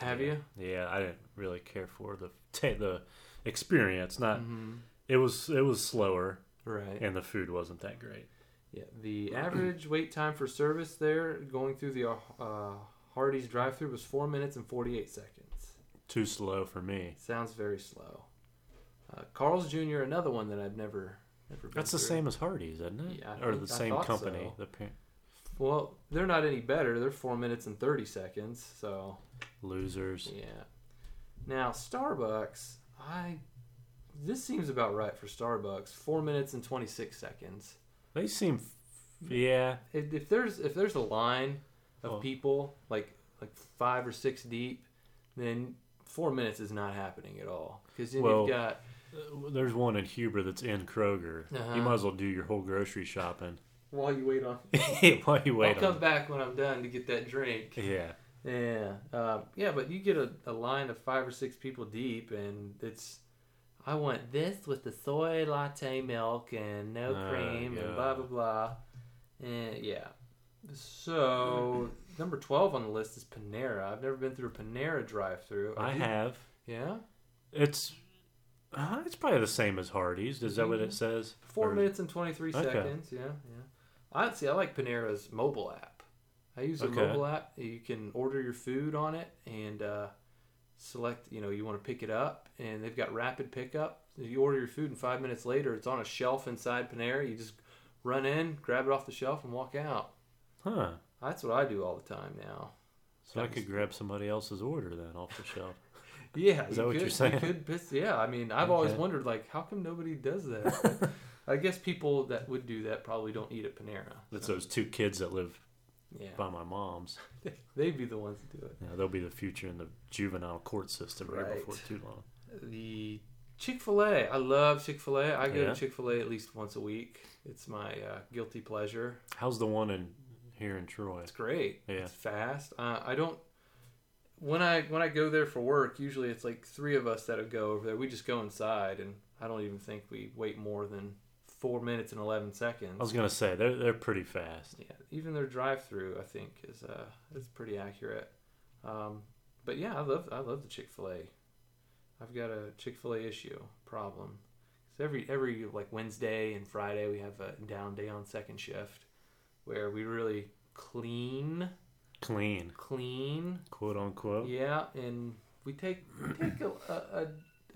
S2: have you?
S1: Yeah, I didn't really care for the ta the experience. Not
S2: Mm-hmm.
S1: it was it was slower,
S2: Right.
S1: and the food wasn't that great.
S2: Yeah. The average wait time for service there, going through the uh, Hardee's drive-through, was four minutes and forty-eight seconds.
S1: Too slow for me.
S2: Sounds very slow. Uh, Carl's Jr. Another one that I've never never. Been
S1: That's the
S2: through.
S1: same as Hardee's, isn't it?
S2: Yeah, I
S1: or the
S2: think- I
S1: same
S2: thought
S1: company.
S2: so.
S1: The par-
S2: Well, they're not any better. They're four minutes and thirty seconds. So
S1: losers.
S2: yeah. Now Starbucks, I this seems about right for Starbucks. Four minutes and twenty six seconds.
S1: They seem. f-
S2: Mm.
S1: Yeah,
S2: If, if there's if there's a line of
S1: Oh.
S2: people like like five or six deep, then four minutes is not happening at all. Because then
S1: Well,
S2: you've got
S1: Uh, there's one in Huber that's in Kroger.
S2: Uh-huh.
S1: You might as well do your whole grocery shopping
S2: while you wait on.
S1: while you wait
S2: I'll come
S1: on.
S2: back when I'm done to get that drink.
S1: Yeah,
S2: Yeah, uh, yeah, but you get a, a line of five or six people deep, and it's I want this with the soy latte milk and no
S1: Oh,
S2: cream and
S1: yeah.
S2: blah blah blah, and yeah. So number twelve on the list is Panera. I've never been through a Panera drive-through.
S1: I have.
S2: Yeah,
S1: It's uh, it's probably the same as Hardee's. Is that what it says?
S2: Mm-hmm. four
S1: Or-
S2: minutes and twenty-three
S1: Okay.
S2: seconds. Yeah, yeah. I see. I like Panera's mobile app. I use the
S1: Okay.
S2: mobile app. You can order your food on it and uh, select. You know, you want to pick it up, and they've got rapid pickup. You order your food, and five minutes later, it's on a shelf inside Panera. You just run in, grab it off the shelf, and walk out.
S1: Huh.
S2: That's what I do all the time now.
S1: So I
S2: Sounds-
S1: could grab somebody else's order then off the shelf.
S2: Yeah,
S1: Is that what
S2: could,
S1: you're saying?
S2: could piss, yeah, I mean, I've always
S1: Okay.
S2: wondered like, how come nobody does that? I guess people that would do that probably don't eat at Panera.
S1: That's those two kids that live
S2: Yeah.
S1: by my mom's.
S2: They'd be the ones to do it.
S1: Now, they'll be the future in the juvenile court system right,
S2: Right.
S1: before too long.
S2: The Chick Fil A. I love Chick Fil A. I go
S1: Yeah.
S2: to Chick Fil A at least once a week. It's my uh, guilty pleasure.
S1: How's the one in here in Troy?
S2: It's great.
S1: Yeah.
S2: It's fast. Uh, I don't. When I when I go there for work, usually it's like three of us that go over there. We just go inside, and I don't even think we wait more than four minutes and eleven seconds.
S1: I was gonna say they're they're pretty fast.
S2: Yeah, even their drive-through, I think, is uh, is pretty accurate. Um, but yeah, I love I love the Chick Fil A. I've got a Chick Fil A issue problem. 'Cause every every like Wednesday and Friday we have a down day on second shift, where we really clean,
S1: Clean,
S2: clean.
S1: quote unquote.
S2: Yeah, and we take we take a, a, a,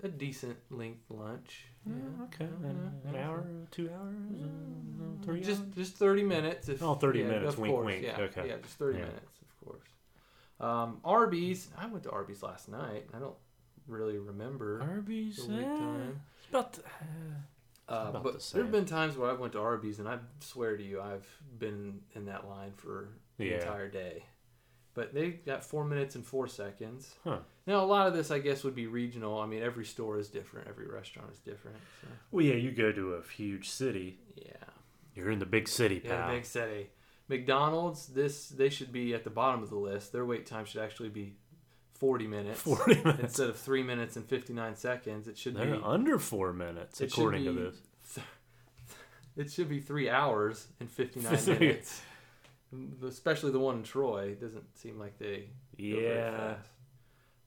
S2: a decent length lunch.
S1: Yeah, okay. An, an hour, two hours, uh, three
S2: Uh-huh. Mm. just
S1: hours?
S2: just 30 minutes if
S1: Oh, 30
S2: yeah,
S1: minutes,
S2: of
S1: wink,
S2: course,
S1: wink,
S2: yeah,
S1: okay.
S2: yeah just 30
S1: Yeah.
S2: minutes of course um arby's i went to arby's last night i don't really remember
S1: Arby's.
S2: the
S1: eh,
S2: wait time.
S1: it's about the-
S2: Uh,
S1: about the
S2: but there
S1: same.
S2: have been times where I've went to Arby's and I swear to you, I've been in that line for the
S1: Yeah.
S2: entire day. But they got four minutes and four seconds.
S1: Huh.
S2: Now a lot of this, I guess, would be regional. I mean, every store is different, every restaurant is different. So,
S1: well, yeah, you go to a huge city.
S2: yeah.
S1: You're in the big city, pal.
S2: Yeah, the big city. McDonald's, this they should be at the bottom of the list. Their wait time should actually be forty minutes
S1: Forty minutes.
S2: instead of three minutes and fifty nine seconds. It should
S1: They're
S2: be
S1: under four minutes,
S2: it should
S1: according
S2: be
S1: to this.
S2: it should be three hours and fifty nine
S1: Three-
S2: minutes. Mm, Especially the one in Troy. It doesn't seem like they go very
S1: Yeah,
S2: fast.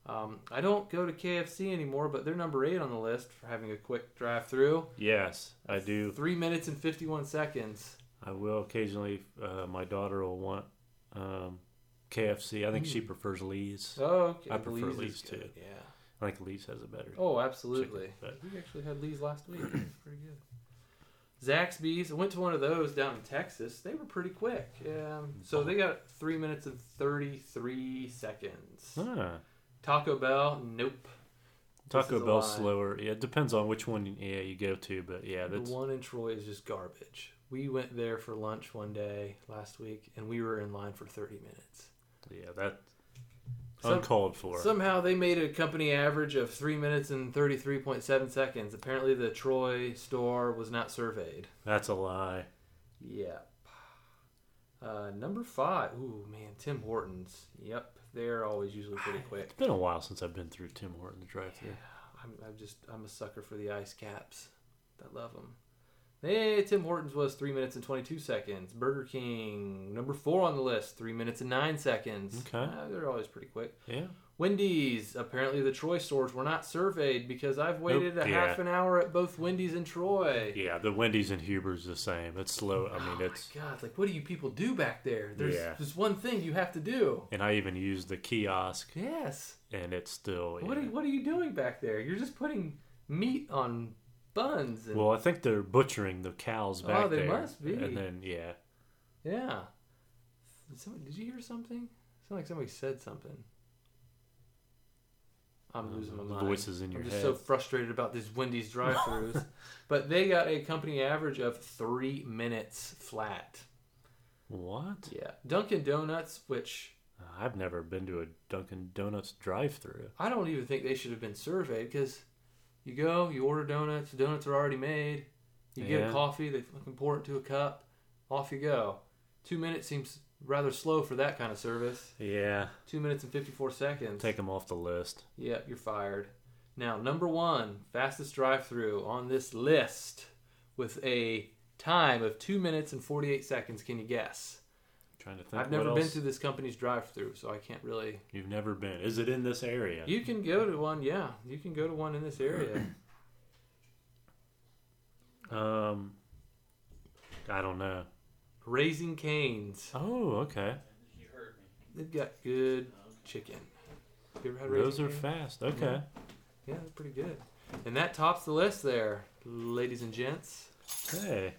S2: Um, I don't go to KFC anymore, but they're number eight on the list for having a quick drive through.
S1: yes, I do.
S2: Three minutes and fifty one seconds.
S1: I will occasionally. Uh, my daughter will want um, KFC. I think
S2: Hmm.
S1: she prefers Lee's.
S2: Oh, okay.
S1: I prefer
S2: Lee's is
S1: Lee's,
S2: good,
S1: too.
S2: Yeah.
S1: I think Lee's has a better.
S2: Oh, absolutely.
S1: but-
S2: we actually had Lee's last week. It was pretty good. Zaxby's. I went to one of those down in Texas. They were pretty quick. Um, so they got three minutes and 33 seconds.
S1: Ah,
S2: Taco Bell, nope. This is
S1: Taco
S2: a
S1: Bell
S2: lie.
S1: slower. Yeah, it depends on which one yeah you go to, but yeah, that's
S2: The one in Troy is just garbage. We went there for lunch one day last week, and we were in line for 30 minutes.
S1: yeah that
S2: Some-
S1: uncalled for.
S2: Somehow they made a company average of three minutes and 33.7 seconds. Apparently, the Troy store was not surveyed.
S1: that's a lie.
S2: Yep. Uh, number five. Ooh, man, Tim Hortons. Yep, they're always usually pretty quick.
S1: It's been a while since I've been through Tim Hortons drive-through.
S2: I'm, I'm just, I'm a sucker for the ice caps. I love them. Hey, Tim Hortons was three minutes and 22 seconds. Burger King, number four on the list, three minutes and nine seconds.
S1: Okay.
S2: Uh, they're always pretty quick.
S1: Yeah,
S2: Wendy's. Apparently, the Troy stores were not surveyed because I've waited a
S1: yeah.
S2: half an hour at both Wendy's and Troy.
S1: yeah. The Wendy's and Huber's the same. It's slow. I mean,
S2: oh
S1: it's
S2: my god! Like, what do you people do back there? There's
S1: Yeah.
S2: just one thing you have to do.
S1: and I even used the kiosk,
S2: Yes.
S1: and it's still.
S2: What are
S1: yeah.
S2: What are you doing back there? You're just putting meat on buns. And,
S1: Well, I think they're butchering the cows back
S2: Oh, they
S1: there.
S2: must be.
S1: And then yeah,
S2: yeah. Did, somebody, did you hear something? It sounded like somebody said something. I'm losing my
S1: Uh, the
S2: mind.
S1: voices in your
S2: I'm just
S1: head.
S2: so frustrated about these Wendy's drive-throughs. but they got a company average of three minutes flat.
S1: what?
S2: Yeah. Dunkin' Donuts, which
S1: I've never been to a Dunkin' Donuts drive-through.
S2: I don't even think they should have been surveyed because you go, you order donuts, the donuts are already made. You get
S1: Yeah.
S2: a coffee, they fucking pour it into a cup, off you go. Two minutes seems rather slow for that kind of service.
S1: Yeah,
S2: Two minutes and 54 seconds.
S1: take them off the list.
S2: Yep, you're fired. Now, number one, fastest drive through on this list with a time of two minutes and 48 seconds. Can you guess?
S1: trying to think.
S2: I've never
S1: what
S2: been
S1: else?
S2: to this company's drive through, so I can't really.
S1: You've never been. Is it in this area?
S2: You can go to one, yeah. You can go to one in this area.
S1: Um, I don't know.
S2: Raising Canes.
S1: Oh, okay.
S2: They've got good chicken. You ever had Raising
S1: Those are
S2: Cane's?
S1: fast. Okay.
S2: Yeah, they're pretty good. And that tops the list there, ladies and gents.
S1: Hey.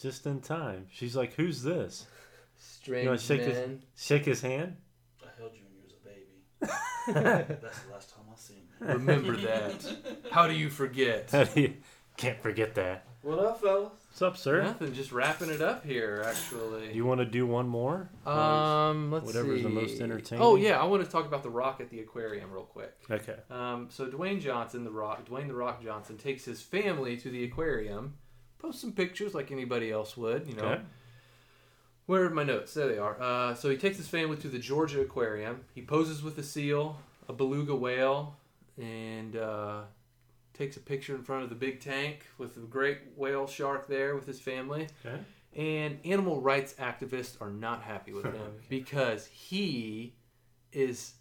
S1: Just in time. She's like, "Who's this?"
S2: Strange
S1: You wanna shake this- Shake his hand.
S4: I held you when you was a baby. That's the last time I seen you.
S2: Remember that. How do you forget?
S1: How do you- Can't forget that.
S4: What up, fellas?
S1: What's up, sir?
S2: Nothing, just wrapping it up here, actually.
S1: You want to do one more?
S2: Um, let's
S1: Whatever's the
S2: see.
S1: most entertaining.
S2: Oh yeah, I want to talk about the Rock at the aquarium real quick.
S1: Okay.
S2: Um, so Dwayne Johnson, the Rock, Dwayne the Rock Johnson, takes his family to the aquarium, posts some pictures like anybody else would, you know.
S1: Okay.
S2: Where are my notes? There they are. Uh, so he takes his family to the Georgia Aquarium. He poses with a seal, a beluga whale, and uh, takes a picture in front of the big tank with the great whale shark there with his family.
S1: Okay.
S2: And animal rights activists are not happy with him because he is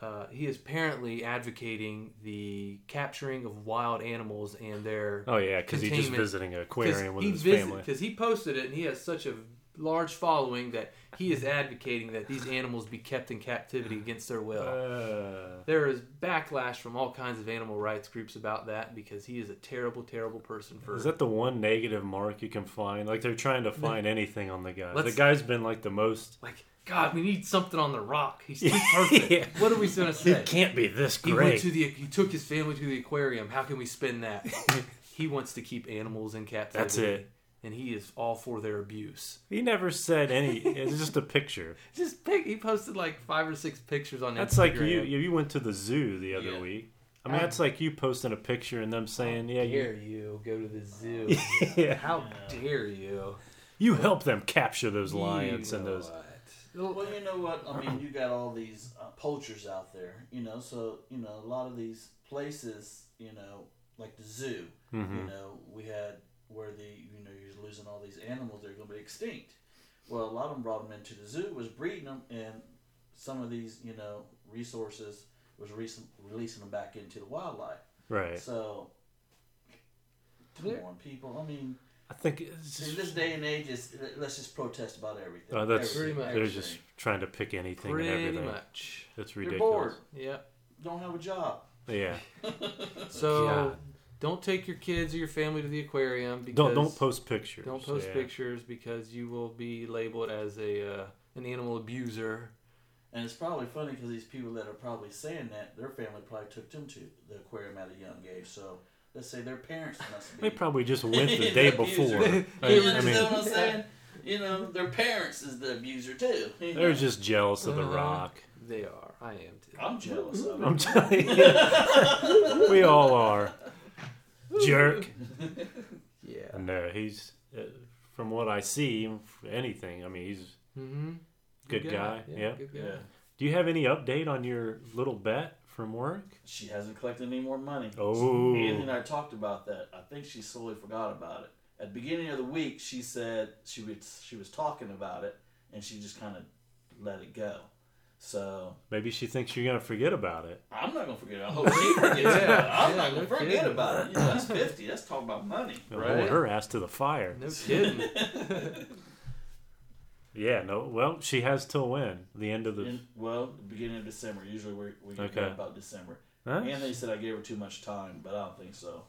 S2: uh, he is apparently advocating the capturing of wild animals and their
S1: Oh yeah, because he's just
S2: Containment.
S1: visiting an aquarium with
S2: he
S1: his family.
S2: Because he posted it and he has such a large following that he is advocating that these animals be kept in captivity against their will.
S1: Uh,
S2: there is backlash from all kinds of animal rights groups about that because he is a terrible, terrible person for.
S1: Uh, is that the one negative mark you can find? Like they're trying to find anything on the guy. The
S2: Let's-
S1: guy's been like the most.
S2: like, God, we need something on the rock. He's too perfect. What are we going to
S1: He
S2: say?
S1: can't be this
S2: He went
S1: great.
S2: to the. He took his family to the aquarium. How can we spin that? he wants to keep animals in captivity.
S1: That's it.
S2: And he is all for their abuse.
S1: He never said any. It's just a picture.
S2: Just pick. He posted like five or six pictures on
S1: That's
S2: Instagram.
S1: like you. You went to the zoo the other
S2: Yeah. Oh,
S1: week. I mean, that's like you posting a picture and them saying, "Yeah, you,
S2: dare you go to the zoo?
S1: yeah,
S2: How dare you?
S1: you help them capture those lions
S2: You
S1: and
S2: know uh,
S1: those."
S2: what?
S4: Well, you know what? I mean, you got all these uh, poachers out there, you know, so, you know, a lot of these places, you know, like the zoo,
S1: Mm-hmm.
S4: you know, we had where the, you know, you're losing all these animals, they're going to be extinct. Well, a lot of them brought them into the zoo, was breeding them, and some of these, you know, resources was recent, releasing them back into the wildlife.
S1: Right.
S4: So, come
S2: There-
S4: on, people. I mean,
S1: I think it's
S4: In
S1: just,
S4: this day and age, it's, let's just protest about everything.
S1: uh, that's
S2: Pretty much.
S1: they're just trying to pick anything and
S2: Pretty
S1: everything.
S2: much.
S1: That's
S4: You're
S1: ridiculous.
S2: Yeah.
S4: don't have a job.
S1: Yeah.
S2: So
S1: God.
S2: don't take your kids or your family to the aquarium because
S1: Don't don't post pictures.
S2: don't post
S1: Yeah.
S2: pictures because you will be labeled as a uh, an animal abuser.
S4: And it's probably funny because these people that are probably saying that their family probably took them to the aquarium at a young age. So let's say their parents must be.
S1: They probably just went the day
S4: The abuser.
S1: before. I,
S4: you
S1: I
S4: understand
S1: mean,
S4: what I'm saying? You know, their parents is the abuser too. you
S1: they're
S4: know.
S1: just jealous of the
S2: Uh-huh.
S1: Rock.
S2: They are. I am too.
S4: I'm jealous of
S1: I'm
S4: it.
S1: telling you, we all are. Jerk.
S2: Yeah.
S1: No, he's uh, from what I see, anything. I mean, he's a
S2: Mm-hmm.
S1: good, guy.
S2: Yeah.
S1: yeah.
S2: Good guy.
S4: Yeah.
S1: Do you have any update on your little bet from work?
S4: She hasn't collected any more money.
S1: Oh.
S4: Andy and I talked about that. I think she slowly forgot about it. At the beginning of the week, she said she was she was talking about it, and she just kind of let it go. So
S1: Maybe she thinks you're gonna forget about it.
S4: I'm not gonna forget. it. I hope she forgets about it. I'm
S2: Yeah,
S4: not gonna
S2: no
S4: forget
S2: kidding.
S4: about it. You know, that's fifty. That's talking about money.
S1: Hold
S2: Right.
S1: her ass to the fire.
S2: No kidding.
S1: Yeah. No. Well, she has till when? The end of the.
S4: In, well, the beginning of December. Usually we we get
S1: Okay.
S4: about December.
S1: Huh?
S4: And they said I gave her too much time, but I don't think so.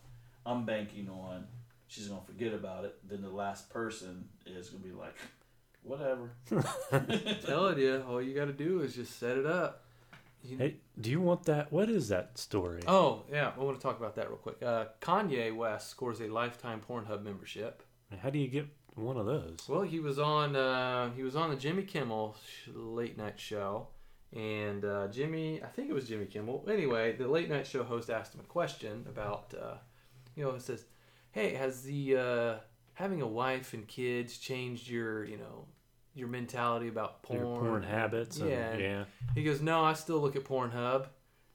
S4: I'm banking on she's gonna forget about it. Then the last person is gonna be like, whatever.
S2: telling you, all you got to do is just set it up. You-
S1: Hey, do you want that? What is that story?
S2: Oh yeah, I want to talk about that real quick. Uh, Kanye West scores a lifetime Pornhub membership.
S1: How do you get one of those?
S2: Well, he was on uh, he was on the Jimmy Kimmel sh- late night show, and uh, Jimmy, I think it was Jimmy Kimmel. Anyway, the late night show host asked him a question about, uh, you know, it says, "Hey, has the uh, having a wife and kids changed your, you know, your mentality about porn?"
S1: Your porn habits. and-
S2: Yeah.
S1: yeah.
S2: He goes, "No, I still look at Pornhub,"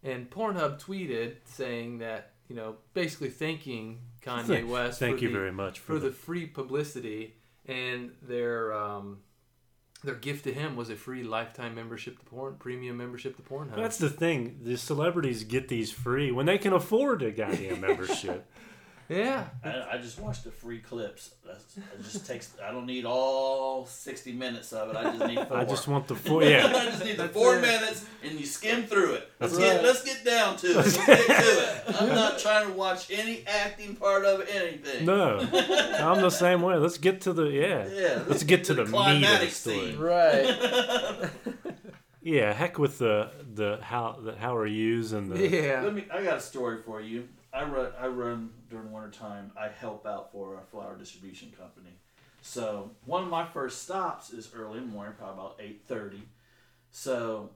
S2: and Pornhub tweeted saying that, you know, basically thanking Kanye
S1: Thank-
S2: West.
S1: Thank
S2: for
S1: you
S2: the-
S1: very much for,
S2: for the free publicity and their um, their gift to him was a free lifetime membership to porn premium membership to Pornhub.
S1: That's the thing. The celebrities get these free when they can afford a goddamn membership.
S2: yeah.
S4: I, I just watch the free clips. That's, it just takes. I don't need all sixty minutes of it. I just need four.
S1: I just want the full. Yeah.
S4: I just need the
S2: That's
S4: four
S2: it.
S4: minutes, and you skim through it.
S2: That's
S4: Let's
S2: right.
S4: get let's get down to it. Let's get to it. I'm not trying to watch any acting part of it, anything.
S1: No, I'm the same way. Let's get to the yeah.
S4: Yeah.
S1: Let's get to the, meat of the
S4: climatic
S1: story.
S4: scene.
S2: Right.
S1: Yeah, heck with the the how the how are yous and the
S2: yeah.
S4: Let me. I got a story for you. I run. I run during winter time. I help out for a flower distribution company. So one of my first stops is early in the morning, probably about eight thirty. So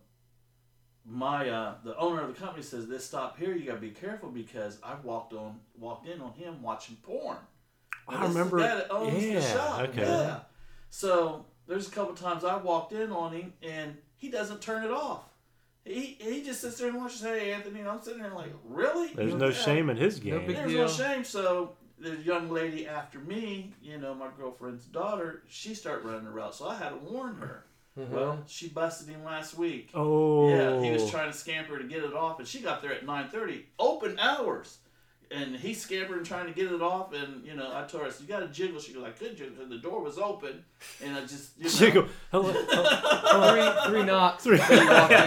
S4: my uh, the owner of the company says this stop here. You gotta be careful because I walked on walked in on him watching porn.
S1: I
S4: this is
S1: remember-
S4: The guy that owns
S1: yeah,
S4: the shop.
S1: okay.
S4: Yeah. So there's a couple times I walked in on him and he doesn't turn it off. He, he just sits there and watches. Hey, Anthony, and I'm sitting there like, really?
S1: there's no
S4: Yeah.
S1: shame in his
S2: No
S1: game.
S2: big-
S4: There's
S2: deal.
S4: no shame. So the young lady after me, you know, my girlfriend's daughter, she started running the route. So I had to warn her.
S2: Mm-hmm.
S4: Well, she busted him last week.
S1: oh
S4: Yeah, he was trying to scamper to get it off, and she got there at 9:30, open hours. And he scampered and trying to get it off, and you know, I told her, I said, "You got to jiggle." She goes, "I could jiggle." 'cause The door was open, and I just you know,
S1: Jiggle. Hello. hello.
S2: three three knocks. Three. Walk in.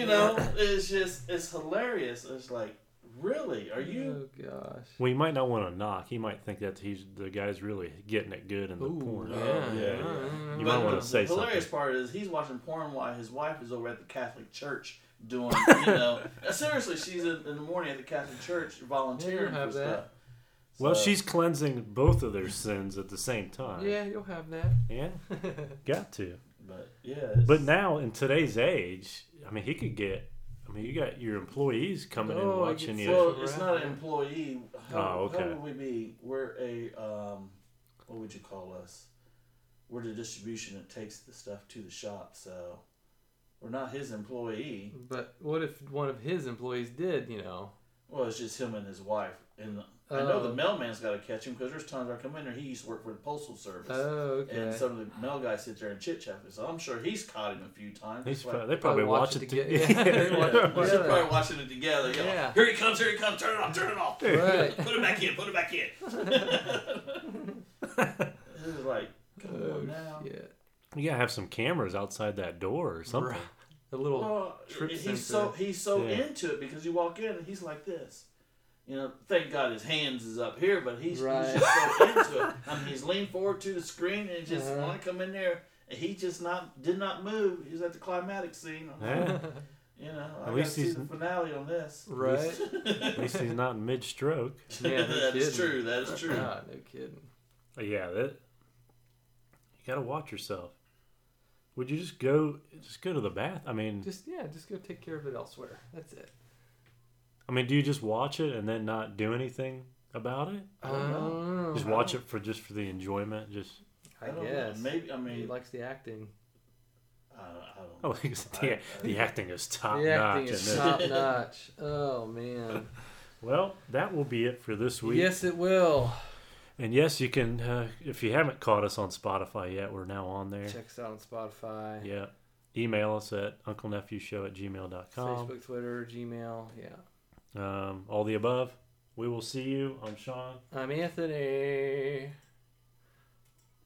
S4: You know, it's just it's hilarious. It's like, really, are you?
S2: Oh gosh.
S1: Well, he might not want to knock. He might think that he's the guy's really getting it good in the
S2: Ooh,
S1: porn.
S2: yeah.
S4: Oh, yeah,
S1: yeah.
S2: Uh,
S1: You
S4: But
S1: might wanna
S4: the
S1: say
S4: hilarious
S1: something.
S4: part is he's watching porn while his wife is over at the Catholic Church doing, you know, seriously, she's in, in the morning at the Catholic Church volunteering
S2: have
S4: for
S2: that.
S4: stuff.
S1: Well,
S4: So-
S1: she's cleansing both of their sins at the same time.
S2: Yeah, you'll have that.
S1: Yeah. Got to.
S4: but yeah, it's-
S1: But now in today's age, I mean, he could get. I mean, you got your employees coming
S2: Oh,
S1: in
S2: I
S1: watching
S2: get
S1: you.
S2: so-
S4: Well, it's not an employee. How,
S1: Oh, okay.
S4: How would we be? We're a um, what would you call us? We're the distribution that takes the stuff to the shop, so we're not his employee.
S2: But what if one of his employees did? You know,
S4: Well, it's just him and his wife. And I know the
S2: Oh.
S4: mailman's got to catch him because there's times I come in there. He used to work for the postal service,
S2: Oh, okay.
S4: and some of the mail guys sit there and chit chat. So I'm sure he's caught him a few times.
S1: He's
S4: That's why-
S1: pro- they probably watch it
S2: toge-
S1: together.
S2: yeah, they watch it
S4: Well,
S2: together.
S4: They're probably watching it together. You know,
S2: Yeah.
S4: Here he comes, here he comes, turn it off, turn it off.
S2: Right.
S4: Put it back in, put it back in. this is like, come
S2: Oh,
S4: on now.
S2: shit.
S1: You gotta have some cameras outside that door or something.
S2: Right. A little.
S4: Well,
S2: Trip
S4: Oh, he's
S2: sensor.
S4: so he's so
S1: Yeah.
S4: into it because you walk in and he's like this. You know, thank God his hands is up here, but he's,
S2: Right.
S4: he's just so into it. I mean, he's leaned forward to the screen and just
S2: Uh-huh.
S4: want to come in there. And he just not did not move. He was at the climatic scene. I'm like,
S1: Yeah.
S4: You know, I
S1: At
S4: gotta
S1: least
S4: see
S1: he's-
S4: the finale on this.
S2: right.
S1: At least he's not in mid stroke.
S2: Yeah, no
S4: that is
S2: kidding. Uh,
S4: true. That is true.
S2: God, no kidding.
S1: Yeah, that you gotta watch yourself. Would you just go just go to the bath? I mean
S2: Just yeah, just go take care of it elsewhere. That's it.
S1: I mean, do you just watch it and then not do anything about it?
S4: I don't know.
S2: Oh,
S1: Just watch it for just for the enjoyment, just
S2: I,
S4: don't
S2: guess.
S4: Know. Maybe I mean,
S2: he likes the acting.
S4: I don't, I don't know.
S1: oh the, the acting is top
S2: the
S1: notch.
S2: acting is
S1: isn't it?
S2: top notch. Oh man.
S1: Well, that will be it for this week.
S2: Yes, it will.
S1: And yes, you can uh, if you haven't caught us on Spotify yet, we're now on there.
S2: Check us out on Spotify,
S1: Yeah. Email us at unclenephewshow at gmail.com.
S2: Facebook, Twitter, Gmail. Yeah.
S1: Um, all the above. We will see you. I'm Sean.
S2: I'm Anthony.